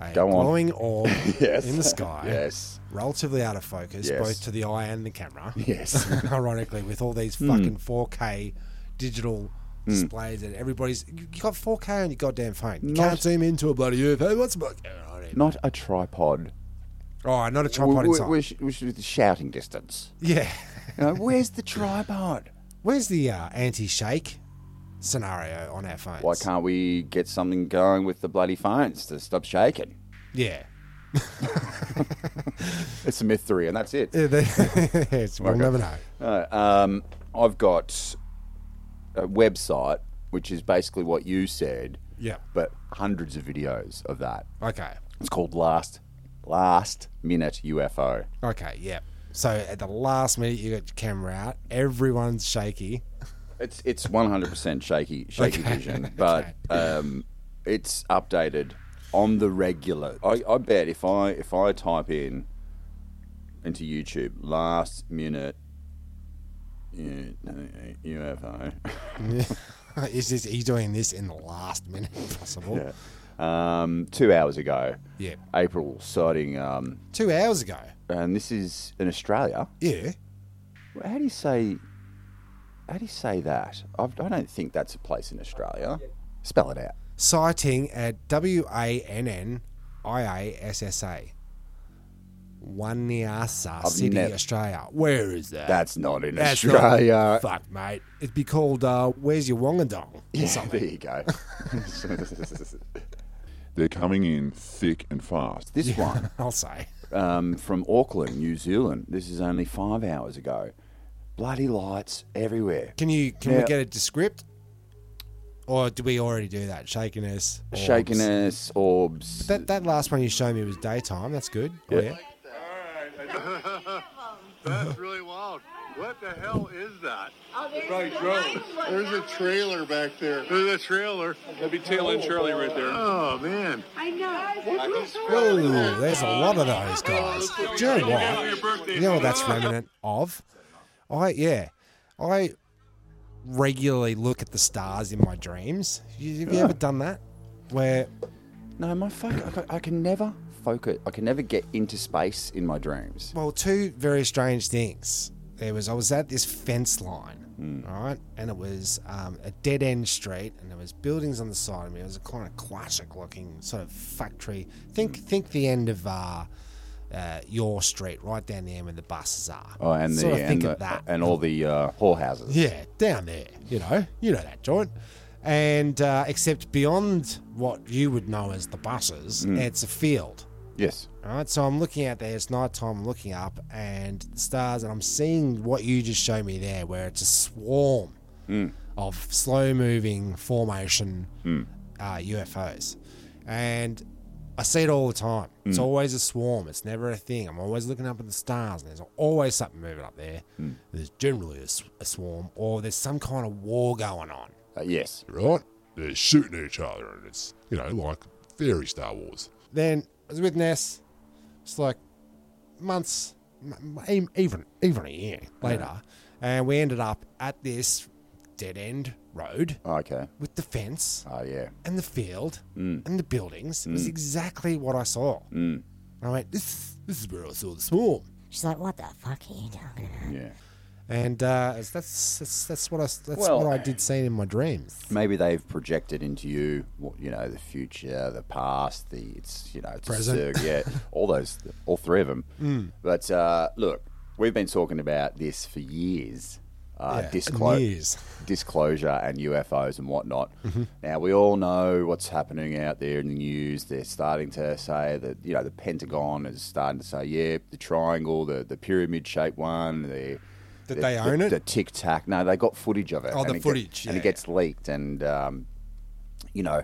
Speaker 2: A
Speaker 3: Go on.
Speaker 2: glowing orb
Speaker 3: Yes.
Speaker 2: in the sky,
Speaker 3: Yes.
Speaker 2: relatively out of focus,
Speaker 3: Yes.
Speaker 2: both to the eye and the camera.
Speaker 3: Yes. Hmm.
Speaker 2: Ironically, with all these fucking 4K digital displays and everybody's, you you got 4K on your goddamn phone. You
Speaker 3: Not-
Speaker 2: can't zoom into a bloody UFO. What's about going on? here?
Speaker 3: Not a tripod.
Speaker 2: Oh, not a tripod
Speaker 3: We're,
Speaker 2: inside.
Speaker 3: we're, sh- we're sh- within shouting distance.
Speaker 2: yeah.
Speaker 3: You know, where's the tripod?
Speaker 2: Where's the uh, anti-shake scenario on our phones?
Speaker 3: Why can't we get something going with the bloody phones to stop shaking?
Speaker 2: Yeah.
Speaker 3: It's a mystery, and that's it.
Speaker 2: Yeah, they- yes, we'll never know.
Speaker 3: No, um, I've got a website, which is basically what you said,
Speaker 2: Yeah.
Speaker 3: but hundreds of videos of that.
Speaker 2: Okay.
Speaker 3: It's called Last Last Minute UFO.
Speaker 2: Okay. Yeah. So at the last minute, you got your camera out. Everyone's shaky.
Speaker 3: It's it's 100% shaky shaky
Speaker 2: Okay.
Speaker 3: vision, but um, it's updated on the regular. I, I bet if I if I type in into YouTube last minute U- UFO.
Speaker 2: Uh, Is this? He's doing this in the last minute possible.
Speaker 3: um, two hours ago.
Speaker 2: Yeah.
Speaker 3: April sighting, um,
Speaker 2: Two hours ago.
Speaker 3: and this is in Australia.
Speaker 2: Yeah.
Speaker 3: How do you say? How do you say that? I've, I don't think that's a place in Australia. Spell it out.
Speaker 2: Sighting at W A N N I A S S A. Waniasa
Speaker 3: I've
Speaker 2: City,
Speaker 3: nev-
Speaker 2: Australia. Where is that?
Speaker 3: That's not in
Speaker 2: That's not-
Speaker 3: Australia.
Speaker 2: Fuck, mate. It'd be called uh, "Where's Your Wongadong?"
Speaker 3: Yeah, there you go.
Speaker 5: They're coming in thick and fast.
Speaker 3: this one
Speaker 2: I'll say.
Speaker 3: um, from Auckland, New Zealand. This is only five hours ago. Bloody lights everywhere.
Speaker 2: Can you? Can
Speaker 3: Yeah.
Speaker 2: we get a descript? Or do we already do that? Shakiness. orbs.
Speaker 3: Shakiness, orbs.
Speaker 2: That that last one you showed me was daytime. That's good. Oh, yeah.
Speaker 7: That's really wild. What the hell is that? There's a trailer back there. There's a trailer.
Speaker 8: That'd be Tail End Charlie right there.
Speaker 7: Oh man.
Speaker 9: I know.
Speaker 2: Ooh, there's a lot of those guys. Do you know what? You know what that's remnant of? I yeah, I regularly look at the stars in my dreams. You, have you ever done that? Where
Speaker 3: No, my fuck. I, ca- I can never focus. I can never get into space in my dreams.
Speaker 2: well, two very strange things. There was I was at this fence line,
Speaker 3: Hmm.
Speaker 2: right, and it was um, a dead end street, and there was buildings on the side of me. It was a kind of classic looking sort of factory. Think
Speaker 3: Hmm.
Speaker 2: think the end of. Uh, uh, your street, right down there where the buses are.
Speaker 3: Oh, and the,
Speaker 2: Sort of
Speaker 3: and,
Speaker 2: think
Speaker 3: the
Speaker 2: of that.
Speaker 3: and all the uh, whorehouses.
Speaker 2: Yeah, down there. You know, you know that joint. And uh, except beyond what you would know as the buses,
Speaker 3: Hmm.
Speaker 2: it's a field.
Speaker 3: Yes.
Speaker 2: All right, so I'm looking out there. It's night time. I'm looking up and the stars, and I'm seeing what you just showed me there, where it's a swarm of slow-moving formation uh, UFOs, and I see it all the time. It's always a swarm. It's never a thing. I'm always looking up at the stars, and there's always something moving up there. There's generally a, s- a swarm, or there's some kind of war going on.
Speaker 3: Uh, yes.
Speaker 5: Right? They're shooting each other, and it's, you know, like very Star Wars.
Speaker 2: then I was with Ness. It's like months, m- m- even even a year later, and we ended up at this dead end road
Speaker 3: Oh, okay.
Speaker 2: with the fence
Speaker 3: Oh, yeah.
Speaker 2: and the field and the buildings. It was exactly what I saw. Mm. I went, this this is where I saw the swarm.
Speaker 4: She's like, what the fuck are you talking about?
Speaker 3: Yeah.
Speaker 2: and uh, that's, that's that's what I that's
Speaker 3: Well-
Speaker 2: what I did see in my dreams.
Speaker 3: Maybe they've projected into you, what you know, the future, the past, the it's you know, it's
Speaker 2: Present. Mm.
Speaker 3: A, yeah, all those, all three of them. But uh, look, we've been talking about this for years. Uh,
Speaker 2: Yeah,
Speaker 3: disclo-
Speaker 2: years. Mm-hmm.
Speaker 3: disclosure and UFOs and whatnot. Now we all know what's happening out there in the news. They're starting to say that you know the Pentagon is starting to say, yeah, the triangle, the the pyramid shaped one. The,
Speaker 2: That
Speaker 3: the-
Speaker 2: they
Speaker 3: the-
Speaker 2: own it?
Speaker 3: The tic tac. No, they got footage of it.
Speaker 2: Oh, the
Speaker 3: it get-
Speaker 2: footage,
Speaker 3: and
Speaker 2: yeah,
Speaker 3: it gets leaked, and um, you know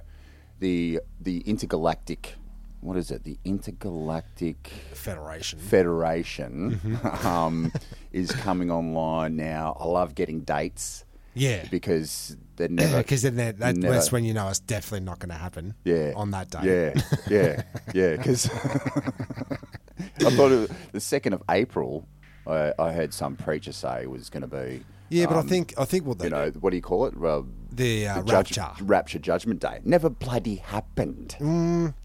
Speaker 3: the the intergalactic. What is it? The intergalactic.
Speaker 2: Federation.
Speaker 3: Federation
Speaker 2: Mm-hmm.
Speaker 3: um, is coming online now. I love getting dates
Speaker 2: Yeah.
Speaker 3: because they're never
Speaker 2: Because then that, that,
Speaker 3: never-
Speaker 2: that's when you know it's definitely not going to happen.
Speaker 3: yeah
Speaker 2: On that day.
Speaker 3: Yeah, yeah, yeah. Because I thought it was the second of April. I, I heard some preacher say was going to be
Speaker 2: Yeah, but
Speaker 3: um,
Speaker 2: I think I think what they
Speaker 3: you know what do you call it? Well,
Speaker 2: the, uh,
Speaker 3: the judge-
Speaker 2: rapture.
Speaker 3: rapture judgment day never bloody happened,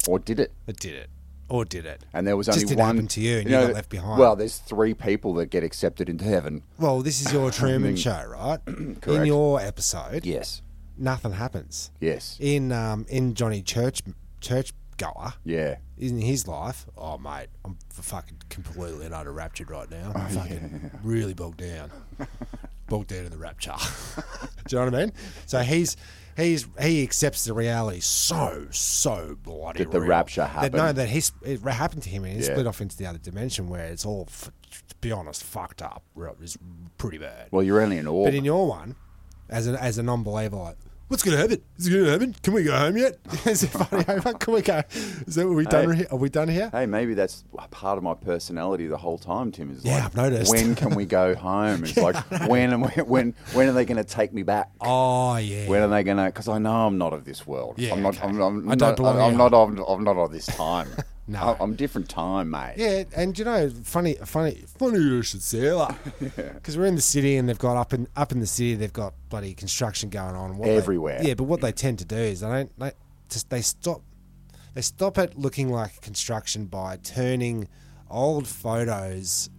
Speaker 3: or did it?
Speaker 2: It did it, or did it?
Speaker 3: And there was
Speaker 2: Mm. Just
Speaker 3: only
Speaker 2: didn't
Speaker 3: one
Speaker 2: happen to you, and you got left behind.
Speaker 3: Well, there's three people that get accepted into heaven.
Speaker 2: Well, this is your Truman
Speaker 3: Mm,
Speaker 2: Show, right? In your episode,
Speaker 3: Yes,
Speaker 2: nothing happens.
Speaker 3: yes,
Speaker 2: In um, in Johnny Church Church Goer,
Speaker 3: yeah.
Speaker 2: in his life, oh mate, I'm f- fucking completely and utter raptured right now.
Speaker 3: Oh,
Speaker 2: I'm fucking really bogged down, bogged down in the rapture. Do you know what I mean? So he's he's he accepts the reality so so bloody.
Speaker 3: That the
Speaker 2: real.
Speaker 3: rapture
Speaker 2: That, no,
Speaker 3: happened.
Speaker 2: that he sp- it ra- happened to him and he
Speaker 3: Yeah.
Speaker 2: split off into the other dimension where it's all, f- to be honest, fucked up. Real- It's pretty bad.
Speaker 3: Well, you're only an orb.
Speaker 2: But in your one, as an as a non-believer, like, what's going to happen? Is it going to happen? Can we go home yet? Is it funny? over? Can we go? Is that what we done?
Speaker 3: Hey.
Speaker 2: here? Are we done here?
Speaker 3: hey, maybe that's part of my personality the whole time, Tim. Is
Speaker 2: Yeah,
Speaker 3: like,
Speaker 2: I've noticed.
Speaker 3: When can we go home? It's like when am I, when when are they going to take me back?
Speaker 2: Oh yeah.
Speaker 3: When are they going to? Because I know I'm not of this world.
Speaker 2: Yeah,
Speaker 3: I'm not.
Speaker 2: okay.
Speaker 3: I'm, I'm
Speaker 2: I don't
Speaker 3: not.
Speaker 2: belong
Speaker 3: I'm
Speaker 2: here.
Speaker 3: not. Of, I'm not of this time.
Speaker 2: No.
Speaker 3: I- I'm different time, mate.
Speaker 2: yeah, and you know, funny, funny, funny you should say that because we're in the city and they've got up in up in the city they've got bloody construction going on What they-
Speaker 3: Everywhere.
Speaker 2: yeah, but what they tend to do is they don't they just they stop they stop it looking like construction by turning old photos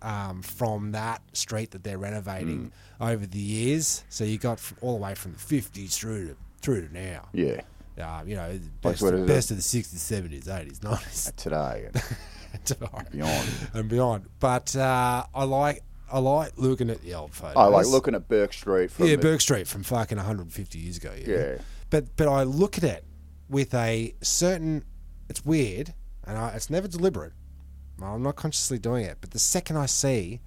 Speaker 2: um, from that street that they're renovating
Speaker 3: Mm.
Speaker 2: over the years. So you got f all the way from the fifties through to through to now.
Speaker 3: Yeah.
Speaker 2: Um, you know, the best,
Speaker 3: what is it?
Speaker 2: best of the sixties, seventies, eighties, nineties,
Speaker 3: Today and beyond.
Speaker 2: and beyond. But uh, I like I like looking at the old photos.
Speaker 3: I Oh, like looking at Burke Street from
Speaker 2: Yeah,
Speaker 3: the-
Speaker 2: Burke Street from fucking 150 years ago. Yeah.
Speaker 3: Yeah.
Speaker 2: But but I look at it with a certain. It's weird, and I, it's never deliberate. Well, I'm not consciously doing it, but the second I see,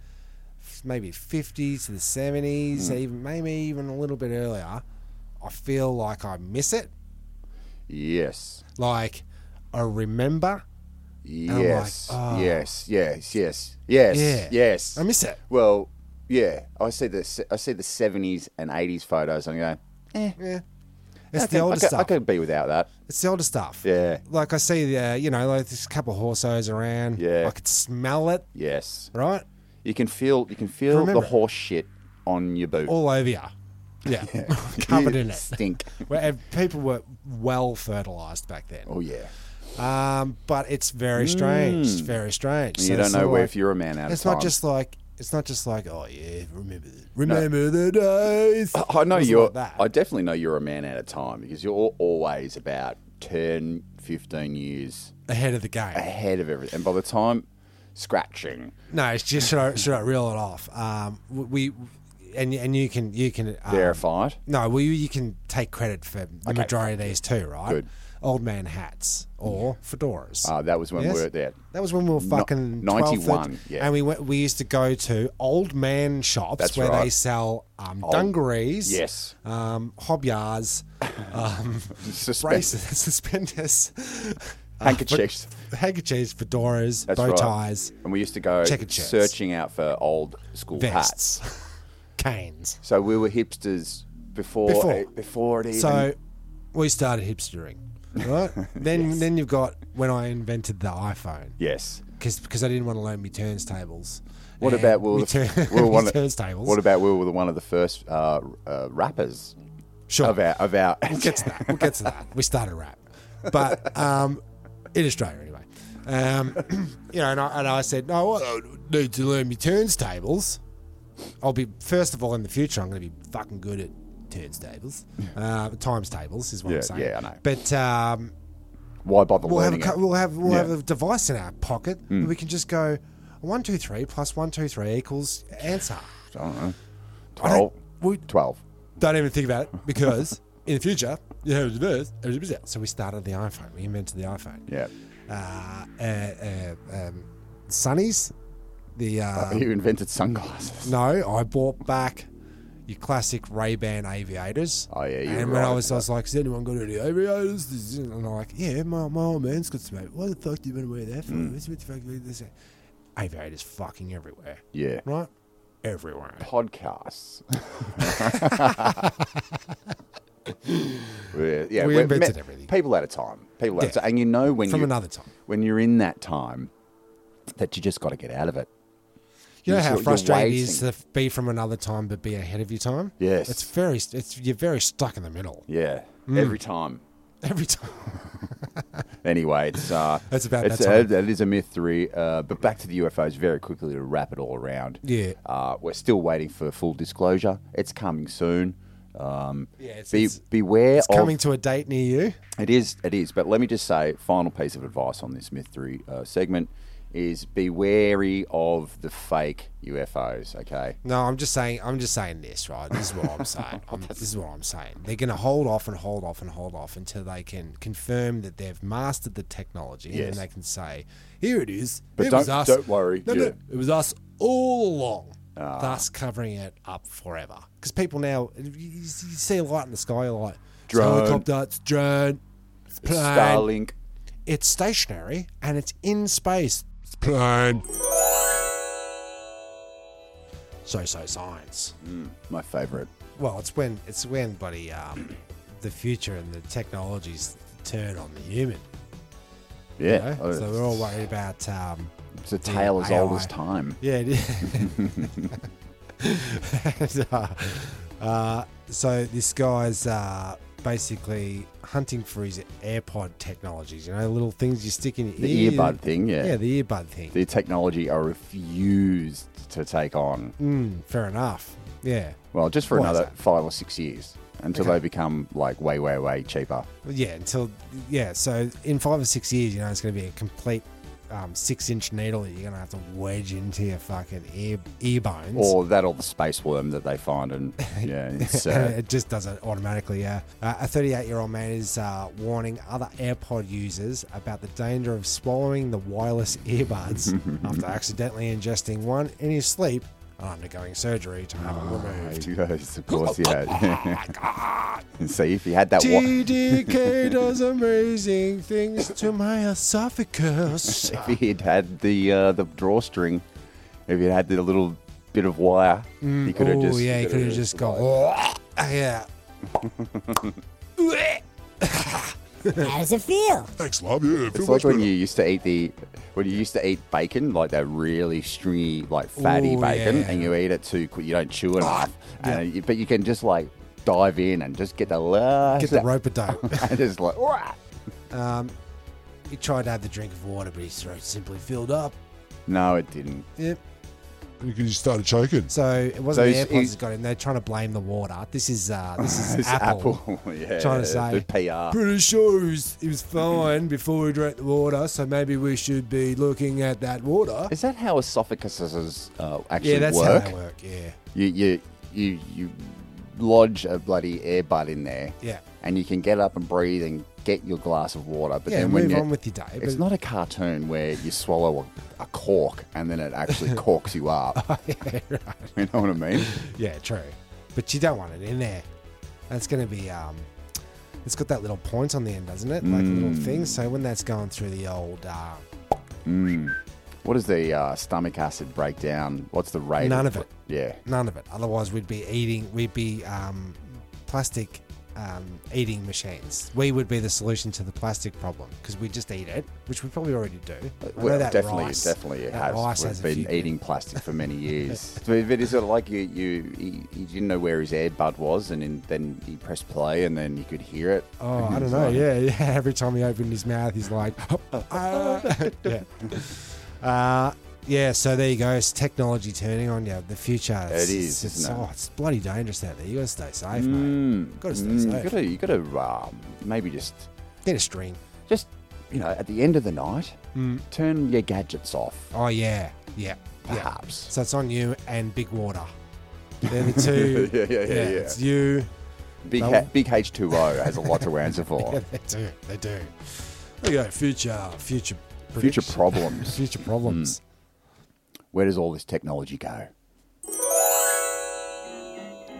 Speaker 2: f- maybe 50s to the 70s,
Speaker 3: Hmm.
Speaker 2: even maybe even a little bit earlier, I feel like I miss it.
Speaker 3: Yes.
Speaker 2: Like I remember. I'm like,
Speaker 3: Yes.
Speaker 2: "Oh."
Speaker 3: Yes. Yes. Yes. Yes.
Speaker 2: Yeah.
Speaker 3: Yes.
Speaker 2: I miss it.
Speaker 3: Well, yeah, I see the se- I see the seventies and eighties photos. and I go,
Speaker 2: It's the
Speaker 3: I can- I
Speaker 2: older
Speaker 3: could,
Speaker 2: stuff.
Speaker 3: I could be without that.
Speaker 2: It's the older stuff.
Speaker 3: Yeah.
Speaker 2: Like I see the, you know, like there's a couple of horsos around.
Speaker 3: Yeah.
Speaker 2: I could smell it,
Speaker 3: Yes,
Speaker 2: right?
Speaker 3: you can feel you can feel
Speaker 2: Remember-
Speaker 3: the horse shit on your boot.
Speaker 2: all over you. Yeah, covered
Speaker 3: You
Speaker 2: in it.
Speaker 3: Stink.
Speaker 2: Well, and people were well fertilized back then.
Speaker 3: Oh yeah.
Speaker 2: Um, but it's very strange, very strange.
Speaker 3: Mm. you don't
Speaker 2: it's
Speaker 3: know
Speaker 2: not
Speaker 3: where
Speaker 2: like-
Speaker 3: if you're a man out of
Speaker 2: It's
Speaker 3: time.
Speaker 2: not just like it's not just like oh yeah, remember the, remember the days.
Speaker 3: I- I know
Speaker 2: It wasn't
Speaker 3: you're.
Speaker 2: like that.
Speaker 3: I definitely know you're a man out of time because you're always about 10, 15 years
Speaker 2: ahead of the game.
Speaker 3: ahead of everything. And by the time scratching,
Speaker 2: No, it's just should I, should I reel it off? Um, we and and you can you can um,
Speaker 3: verified.
Speaker 2: No, well, you, you can take credit for the majority of these too, right?
Speaker 3: Good.
Speaker 2: Old man hats or fedoras.
Speaker 3: Ah, that was when we were there.
Speaker 2: That was when we were fucking
Speaker 3: 91,
Speaker 2: 12, 13,
Speaker 3: yeah.
Speaker 2: And we went, we used to go to old man shops
Speaker 3: That's
Speaker 2: where they
Speaker 3: right.
Speaker 2: sell um, dungarees,
Speaker 3: Yes.
Speaker 2: um, hobyahs, um,
Speaker 3: Suspense.
Speaker 2: braces, suspenders,
Speaker 3: Handkerchiefs.
Speaker 2: handkerchiefs, fedoras,
Speaker 3: That's
Speaker 2: uh, bow
Speaker 3: right.
Speaker 2: ties,
Speaker 3: And we used to go
Speaker 2: Checkered shirts.
Speaker 3: searching out for old school hats.
Speaker 2: vests, canes.
Speaker 3: So we were hipsters before
Speaker 2: Before.
Speaker 3: it, before it even.
Speaker 2: So we started hipstering, right? then then you've got when I invented the iPhone.
Speaker 3: yes.
Speaker 2: because I didn't want to learn me turntables.
Speaker 3: What
Speaker 2: And
Speaker 3: about we were,
Speaker 2: me
Speaker 3: the,
Speaker 2: turn-
Speaker 3: we were
Speaker 2: me
Speaker 3: one of,
Speaker 2: turntables?
Speaker 3: What about we were the, one of the first uh, uh, rappers
Speaker 2: sure?
Speaker 3: of our of our
Speaker 2: we'll get to that. We'll get to that. We started rap, but um, in Australia anyway. Um, you know, and I, and I said, no, I need to learn me turntables. I'll be first of all in the future. I'm going to be fucking good at turns tables, uh, times tables is what
Speaker 3: Yeah,
Speaker 2: I'm saying.
Speaker 3: yeah, I know.
Speaker 2: But um,
Speaker 3: Why bother
Speaker 2: we'll have a,
Speaker 3: learning
Speaker 2: cou-
Speaker 3: it?
Speaker 2: we'll have we'll
Speaker 3: Yeah. Hmm.
Speaker 2: have a device in our pocket. that We can just go one two three plus one two three equals answer.
Speaker 3: I don't know.
Speaker 2: I don't-
Speaker 3: 12.
Speaker 2: we-
Speaker 3: 12.
Speaker 2: Don't even think about it because in the future you have to do this. and you do that. So we started the iPhone. We invented the iPhone.
Speaker 3: Yeah.
Speaker 2: Uh, uh, uh, um, Sonny's, the uh,
Speaker 3: you invented sunglasses.
Speaker 2: No, I bought back your classic Ray Ban aviators.
Speaker 3: Oh, yeah, you're
Speaker 2: And when I
Speaker 3: right.
Speaker 2: was, I was like, "Has anyone got any aviators?" This is- And I'm like, "Yeah, my, my old man's got some. avi- Why the fuck do you want to wear that for?
Speaker 3: Hmm.
Speaker 2: This- What the fuck? is This aviators fucking everywhere,
Speaker 3: Yeah.
Speaker 2: right? Everywhere.
Speaker 3: Podcasts. yeah, yeah,
Speaker 2: We
Speaker 3: we're-
Speaker 2: invented
Speaker 3: me-
Speaker 2: everything.
Speaker 3: People at a time. People at
Speaker 2: Yeah.
Speaker 3: a time. And you know when
Speaker 2: From
Speaker 3: you,
Speaker 2: another time.
Speaker 3: when you're in that time that you just got to get out of it.
Speaker 2: You know
Speaker 3: You're-
Speaker 2: how
Speaker 3: you're
Speaker 2: frustrating it is
Speaker 3: waiting.
Speaker 2: to be from another time but be ahead of your time.
Speaker 3: Yes.
Speaker 2: it's very. It's you're very stuck in the middle
Speaker 3: Yeah.
Speaker 2: Mm.
Speaker 3: Every time.
Speaker 2: every time.
Speaker 3: Anyway, it's uh,
Speaker 2: That's about
Speaker 3: it's,
Speaker 2: that time.
Speaker 3: uh, that is a myth three. Uh, but back to the UFOs very quickly to wrap it all around.
Speaker 2: Yeah.
Speaker 3: uh, we're still waiting for full disclosure. It's coming soon. Um,
Speaker 2: Yeah, it's-
Speaker 3: be,
Speaker 2: it's-
Speaker 3: beware
Speaker 2: It's
Speaker 3: of
Speaker 2: coming to a date near you.
Speaker 3: it is it is. But let me just say, final piece of advice on this myth three uh, segment is be wary of the fake UFOs. Okay,
Speaker 2: No, I'm just saying. I'm just saying this, right? This is what I'm saying.
Speaker 3: Oh,
Speaker 2: I'm, this is what I'm saying. They're going to hold off and hold off and hold off until they can confirm that they've mastered the technology, and
Speaker 3: Yes.
Speaker 2: then they can say, "Here it is.
Speaker 3: But
Speaker 2: it was
Speaker 3: don't-
Speaker 2: us.
Speaker 3: don't worry,
Speaker 2: No,
Speaker 3: yeah. Ah.
Speaker 2: no, it was us all along." Thus, covering it up forever. Because people now, you, you you see a light in the sky, you're like it's a
Speaker 3: Drone.
Speaker 2: helicopter, it's drone, it's plane,
Speaker 3: Starlink.
Speaker 2: it's stationary, and it's in space.
Speaker 5: It's plain.
Speaker 2: So, so science.
Speaker 3: My favorite.
Speaker 2: Well, it's when it's when, buddy, um, the future and the technologies turn on the human. you
Speaker 3: Yeah,
Speaker 2: know?
Speaker 3: Oh,
Speaker 2: so we're all worried about. Um,
Speaker 3: it's a tale as old as
Speaker 2: AI.
Speaker 3: time.
Speaker 2: yeah. it is. And, uh, uh, so this guy's uh, basically hunting for his AirPod technologies. You know, little things you stick in your
Speaker 3: The
Speaker 2: ear.
Speaker 3: earbud thing, yeah.
Speaker 2: Yeah, the earbud thing.
Speaker 3: The technology I refused to take on.
Speaker 2: Mm, fair enough. Yeah.
Speaker 3: Well, just for
Speaker 2: Why is
Speaker 3: another
Speaker 2: that?
Speaker 3: five or six years until they become like way, way, way cheaper.
Speaker 2: Yeah, until yeah. So in five or six years, you know, it's going to be a complete um, six-inch needle that you're going to have to wedge into your fucking ear ear bones.
Speaker 3: Or that or the space worm that they find. And yeah, it's, uh,
Speaker 2: it just does it automatically. Yeah, uh, a 38-year-old man is uh, warning other AirPod users about the danger of swallowing the wireless earbuds after accidentally ingesting one in his sleep and undergoing surgery to have it removed.
Speaker 3: yes,
Speaker 2: Oh,
Speaker 3: of course, yeah. See, if you had that one.
Speaker 2: TDK does amazing things to my esophagus.
Speaker 3: If he'd had the uh, the drawstring, if he'd had the little bit of wire, he could have
Speaker 2: Oh
Speaker 3: just
Speaker 2: yeah, he could have just gone. "Oh, yeah.
Speaker 4: How does it feel?
Speaker 5: Thanks, love. Yeah,
Speaker 3: It's
Speaker 5: feel
Speaker 3: like
Speaker 5: much
Speaker 3: when
Speaker 5: better.
Speaker 3: you used to eat the when you used to eat bacon, like that really stringy, like fatty
Speaker 2: Ooh,
Speaker 3: bacon,
Speaker 2: yeah. Ah,
Speaker 3: and you eat it too quick. You don't chew enough, and you, but you can just like dive in and just get the last
Speaker 2: Get the rope a dope.
Speaker 3: and just like "Wah!"
Speaker 2: he tried to have the drink of water, but his throat simply filled up.
Speaker 3: no, it didn't.
Speaker 2: Yep.
Speaker 5: You can just start choking.
Speaker 2: So it wasn't
Speaker 3: So
Speaker 2: the
Speaker 3: he's-
Speaker 2: AirPods
Speaker 3: he's-
Speaker 2: that got him. They're trying to blame the water. This is uh, this is
Speaker 3: It's
Speaker 2: Apple.
Speaker 3: Apple, yeah,
Speaker 2: Trying to say.
Speaker 3: the PR.
Speaker 2: Pretty sure he was, he was fine before he drank the water, so maybe we should be looking at that water.
Speaker 3: Is that how esophaguses uh, actually
Speaker 2: Yeah, that's
Speaker 3: work?
Speaker 2: how they work. Yeah,
Speaker 3: You you you you lodge a bloody airbud in there,
Speaker 2: yeah,
Speaker 3: and you can get up and breathe and get your glass of water. But
Speaker 2: yeah.
Speaker 3: then when
Speaker 2: move
Speaker 3: you
Speaker 2: on with your day.
Speaker 3: It's
Speaker 2: but-
Speaker 3: not a cartoon where you swallow a, a cork and then it actually corks you up.
Speaker 2: Oh,
Speaker 3: You know what I mean?
Speaker 2: Yeah, true. But you don't want it in there. That's going to be. Um, it's got that little point on the end, doesn't it? Like a
Speaker 3: Mm.
Speaker 2: little thing. So when that's going through the old, uh,
Speaker 3: What does the uh, stomach acid breakdown? What's the rate?
Speaker 2: None of it.
Speaker 3: Yeah.
Speaker 2: none of it. Otherwise, we'd be eating. We'd be um, plastic um, eating machines. We would be the solution to the plastic problem because we just eat it, which we probably already do. I know
Speaker 3: Well,
Speaker 2: that
Speaker 3: definitely,
Speaker 2: rice-
Speaker 3: definitely, it
Speaker 2: that
Speaker 3: has.
Speaker 2: rice
Speaker 3: We've
Speaker 2: has a
Speaker 3: been
Speaker 2: few-
Speaker 3: eating plastic for many years. but but is it like you, you, you, you didn't know where his airbud was, and in, then you press play, and then you could hear it?
Speaker 2: Oh, I don't know. Yeah, yeah. Every time he opened his mouth, he's like, "Ah." yeah. Uh, Yeah, so there you go. It's technology turning on you. The future. It's,
Speaker 3: It is,
Speaker 2: It's, it's-
Speaker 3: isn't it?
Speaker 2: oh, it's bloody dangerous out there. You gotta stay safe, mate.
Speaker 3: Mm,
Speaker 2: Gotta stay
Speaker 3: mm,
Speaker 2: safe.
Speaker 3: you gotta, you gotta um, maybe just,
Speaker 2: Get a string.
Speaker 3: just you know, at the end of the night, turn your gadgets off.
Speaker 2: Mm. Oh yeah, yeah, yeah.
Speaker 3: Perhaps.
Speaker 2: So it's on you and Big Water. They're the two.
Speaker 3: Yeah, yeah, yeah, yeah.
Speaker 2: It's you.
Speaker 3: Big
Speaker 2: No.
Speaker 3: ha- big H two O has a lot to answer for.
Speaker 2: They do. They do. There you go. Future. Future.
Speaker 3: Future Mm.
Speaker 2: predictions.
Speaker 3: problems.
Speaker 2: Future problems.
Speaker 3: Where does all this technology go?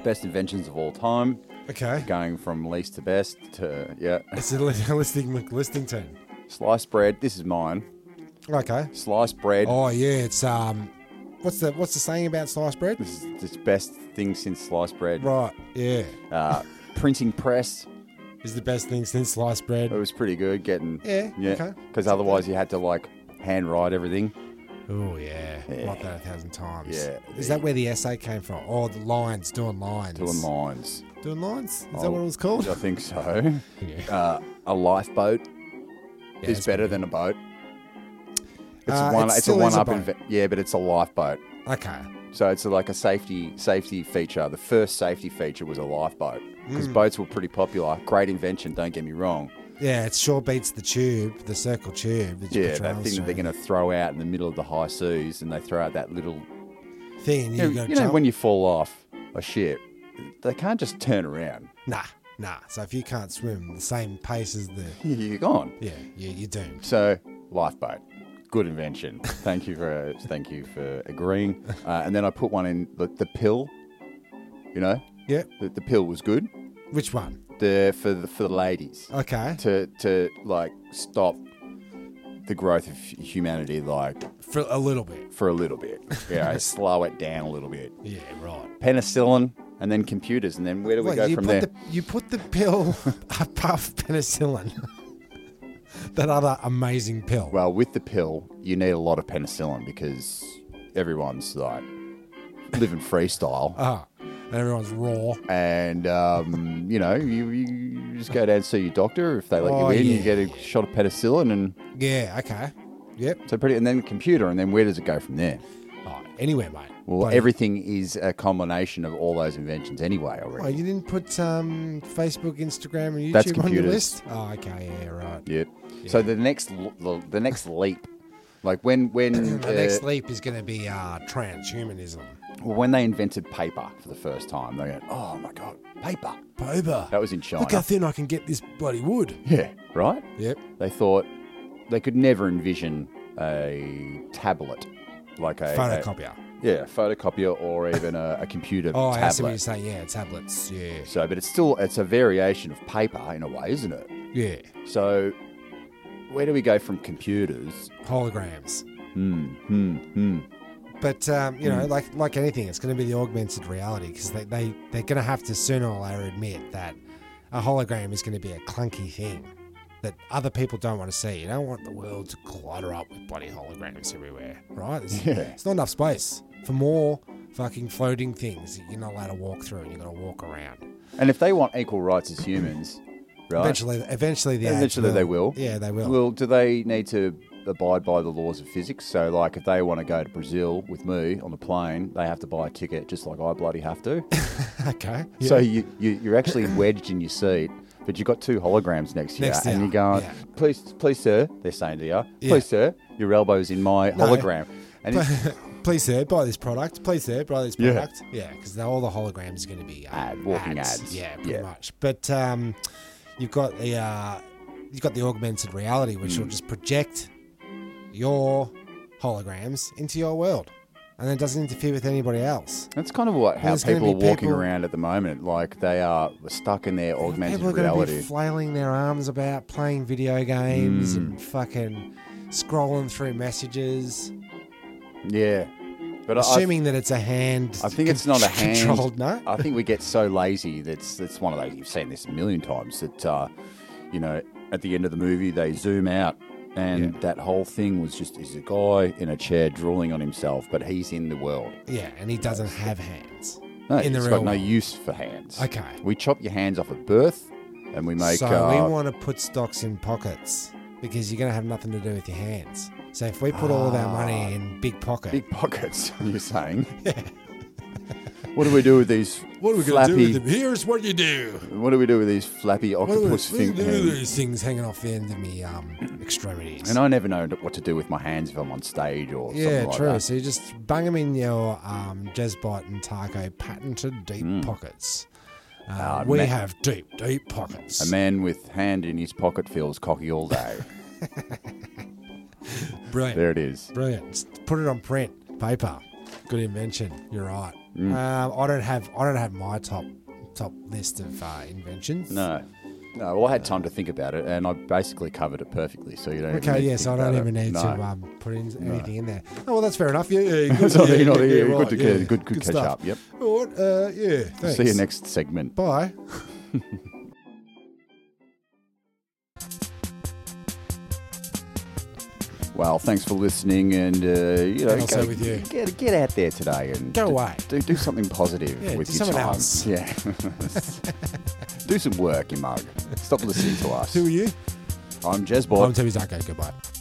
Speaker 3: Best inventions of all time,
Speaker 2: Okay.
Speaker 3: going from least to best to yeah.
Speaker 2: It's a li- listing listing team.
Speaker 3: Sliced bread. This is mine.
Speaker 2: Okay.
Speaker 3: Sliced bread.
Speaker 2: Oh yeah, it's um, what's the what's the saying about sliced bread?
Speaker 3: This is this best thing since sliced bread.
Speaker 2: Right. Yeah.
Speaker 3: Uh, printing press.
Speaker 2: Is the best thing since sliced bread.
Speaker 3: It was pretty good getting.
Speaker 2: Yeah, okay.
Speaker 3: Because otherwise you had to like handwrite everything.
Speaker 2: Oh yeah. Like that a thousand times.
Speaker 3: Yeah.
Speaker 2: Is that where the essay came from? Oh, the lines doing lines.
Speaker 3: Doing lines.
Speaker 2: Doing lines. Is
Speaker 3: Oh,
Speaker 2: that what it was called?
Speaker 3: I think so.
Speaker 2: Yeah.
Speaker 3: Uh, a lifeboat is
Speaker 2: it's
Speaker 3: better than a boat. It's
Speaker 2: Uh,
Speaker 3: a
Speaker 2: it
Speaker 3: one. It's a
Speaker 2: still is a
Speaker 3: one-up.
Speaker 2: boat.
Speaker 3: Inve- yeah, but it's a lifeboat.
Speaker 2: Okay.
Speaker 3: So it's like a safety safety feature. The first safety feature was a lifeboat because boats were pretty popular. Great invention, don't get me wrong.
Speaker 2: Yeah, it sure beats the tube, the circle tube. That you
Speaker 3: Yeah,
Speaker 2: put your
Speaker 3: that
Speaker 2: arms
Speaker 3: thing that they're
Speaker 2: through.
Speaker 3: going to throw out in the middle of the high seas, and they throw out that little.
Speaker 2: thing. You,
Speaker 3: You, know,
Speaker 2: gotta
Speaker 3: you know
Speaker 2: jump.
Speaker 3: when you fall off a ship, they can't just turn around.
Speaker 2: Nah, nah. So if you can't swim the same pace as the
Speaker 3: You're gone.
Speaker 2: yeah, you, you're doomed.
Speaker 3: So lifeboat, good invention. thank you for thank you for agreeing. Uh, and then I put one in the, the pill. You know,
Speaker 2: Yeah.
Speaker 3: the, the pill was good.
Speaker 2: Which one?
Speaker 3: The for the for the ladies.
Speaker 2: Okay.
Speaker 3: to to like stop the growth of humanity like
Speaker 2: For a little bit.
Speaker 3: for a little bit. Yeah, slow it down a little bit.
Speaker 2: Yeah, right.
Speaker 3: Penicillin and then computers and then where do we
Speaker 2: Wait,
Speaker 3: go
Speaker 2: you
Speaker 3: from
Speaker 2: put
Speaker 3: there?
Speaker 2: the you put the pill above penicillin. that other amazing pill.
Speaker 3: Well, with the pill, you need a lot of penicillin because everyone's like living freestyle.
Speaker 2: Ah, and everyone's raw.
Speaker 3: And um, you know, you, you just go down and see your doctor if they let
Speaker 2: Oh,
Speaker 3: you in.
Speaker 2: yeah.
Speaker 3: You get a shot of penicillin, and
Speaker 2: Yeah. Okay. Yep.
Speaker 3: so pretty. And then computer, and then where does it go from there?
Speaker 2: Oh, anywhere, mate.
Speaker 3: Well,
Speaker 2: Bloody-
Speaker 3: everything is a combination of all those inventions anyway. I
Speaker 2: Oh,
Speaker 3: reckon.
Speaker 2: you didn't put um, Facebook, Instagram, and YouTube
Speaker 3: That's
Speaker 2: on your
Speaker 3: computers.
Speaker 2: list. Oh, okay. Yeah. Right.
Speaker 3: Yep. So the next l- the, the next leap, like when when
Speaker 2: The next
Speaker 3: uh,
Speaker 2: leap is going to be uh, transhumanism.
Speaker 3: well, when they invented paper for the first time, they went, "Oh my god, paper!"
Speaker 2: Boba.
Speaker 3: That was in China.
Speaker 2: Look how thin I can get this bloody wood.
Speaker 3: yeah, right.
Speaker 2: Yep.
Speaker 3: They thought they could never envision a tablet, like a a-
Speaker 2: Photocopier.
Speaker 3: yeah, a photocopier or even a, a computer
Speaker 2: Oh, I see what you're
Speaker 3: tablet.
Speaker 2: saying. Yeah, tablets. Yeah.
Speaker 3: So, but it's still it's a variation of paper in a way, isn't it?
Speaker 2: Yeah.
Speaker 3: So, where do we go from computers?
Speaker 2: Holograms.
Speaker 3: Hmm, hmm, hmm.
Speaker 2: But um, you know, like like anything, it's going to be the augmented reality because they they they're going to have to sooner or later admit that a hologram is going to be a clunky thing that other people don't want to see. You don't want the world to clutter up with bloody holograms everywhere, right? There's,
Speaker 3: Yeah.
Speaker 2: It's not enough space for more fucking floating things that you're not allowed to walk through and you got to walk around.
Speaker 3: And if they want equal rights as humans, right?
Speaker 2: Eventually, eventually the age
Speaker 3: Eventually they will.
Speaker 2: Yeah, they will.
Speaker 3: Well, do they need to abide by the laws of physics? So, like, if they want to go to Brazil with me on the plane, they have to buy a ticket just like I bloody have to.
Speaker 2: Okay.
Speaker 3: So you, you you're actually wedged in your seat, but you've got two holograms next to you,
Speaker 2: Next to
Speaker 3: and
Speaker 2: you,
Speaker 3: you're going,
Speaker 2: yeah.
Speaker 3: "Please, please, sir," they're saying to you,
Speaker 2: Yeah.
Speaker 3: "Please, sir, your elbow's in my hologram." And it's,
Speaker 2: Please, sir, buy this product. Please, sir, buy this
Speaker 3: Yeah.
Speaker 2: product. Yeah, because all the holograms are going to be uh,
Speaker 3: Ad- walking ads.
Speaker 2: Yeah, pretty
Speaker 3: Yeah.
Speaker 2: much. But um, you've got the uh, you've got the augmented reality, which
Speaker 3: Mm.
Speaker 2: will just project your holograms into your world, and it doesn't interfere with anybody else.
Speaker 3: that's kind of what how
Speaker 2: There's gonna
Speaker 3: people are
Speaker 2: be
Speaker 3: walking
Speaker 2: people-
Speaker 3: around at the moment. Like they are stuck in their augmented
Speaker 2: People are going to
Speaker 3: reality.
Speaker 2: be flailing their arms about, playing video games,
Speaker 3: Mm.
Speaker 2: and fucking scrolling through messages,
Speaker 3: yeah, but I- I,
Speaker 2: assuming that it's a hand.
Speaker 3: I think it's not a hand.
Speaker 2: controlled. No,
Speaker 3: I think we get so lazy. That's that's one of those you've seen this a million times. That uh, you know, at the end of the movie, they zoom out, and that whole thing was just is a guy in a chair drooling on himself, but he's in the world.
Speaker 2: Yeah, and he doesn't have hands.
Speaker 3: No,
Speaker 2: In the
Speaker 3: he's
Speaker 2: real
Speaker 3: got no
Speaker 2: world.
Speaker 3: use for hands.
Speaker 2: Okay.
Speaker 3: we chop your hands off at birth, and we make.
Speaker 2: so
Speaker 3: uh,
Speaker 2: we want to put stocks in pockets because you're going to have nothing to do with your hands. So if we put all of our money in Big Pocket,
Speaker 3: Ah. Big pockets, you're saying? What do we do with these
Speaker 5: What are we going
Speaker 3: flappy?
Speaker 5: to do with them? Here's what you do.
Speaker 3: What do we do with these flappy
Speaker 2: what do we,
Speaker 3: octopus
Speaker 2: what do we
Speaker 3: fin-
Speaker 2: do with
Speaker 3: hands?
Speaker 2: these things hanging off the end of me um, extremities?
Speaker 3: And I never know what to do with my hands if I'm on stage or
Speaker 2: yeah,
Speaker 3: something like
Speaker 2: true.
Speaker 3: that.
Speaker 2: So you just bung them in your um, Jezbot and Taco patented deep
Speaker 3: Mm.
Speaker 2: pockets. Uh, we
Speaker 3: man.
Speaker 2: have deep, deep
Speaker 3: A
Speaker 2: pockets.
Speaker 3: man with hand in his pocket feels cocky all day.
Speaker 2: Brilliant.
Speaker 3: there it is.
Speaker 2: Brilliant. Just Put it on print, paper. Good invention. You're right.
Speaker 3: Mm.
Speaker 2: Um, I don't have I don't have my top top list of uh, inventions.
Speaker 3: No. No, well, I had time to think about it, and I basically covered it perfectly, so you don't. even
Speaker 2: Okay,
Speaker 3: need to
Speaker 2: yes,
Speaker 3: think
Speaker 2: I don't
Speaker 3: about
Speaker 2: even
Speaker 3: it.
Speaker 2: need
Speaker 3: no.
Speaker 2: to um, put in anything in there. Oh well, that's fair enough. Yeah, yeah, good,
Speaker 3: That's all they- all they-
Speaker 2: yeah,
Speaker 3: yeah, good to-
Speaker 2: yeah,
Speaker 3: good- good catch
Speaker 2: stuff.
Speaker 3: up, yep.
Speaker 2: All right, uh, yeah. Thanks.
Speaker 3: See you next segment.
Speaker 2: Bye.
Speaker 3: Well, thanks for listening, and uh, you know,
Speaker 2: And also
Speaker 3: go-
Speaker 2: with you.
Speaker 3: get get out there today and
Speaker 2: Go
Speaker 3: do,
Speaker 2: away.
Speaker 3: Do, do something positive
Speaker 2: Yeah,
Speaker 3: with
Speaker 2: do
Speaker 3: your
Speaker 2: something
Speaker 3: time.
Speaker 2: else.
Speaker 3: Yeah, do some work, you mug. Stop listening to us.
Speaker 2: Who are you? Oh,
Speaker 3: I'm Jez
Speaker 2: I'm
Speaker 3: Boyd.
Speaker 2: Timmy Zarko. Goodbye.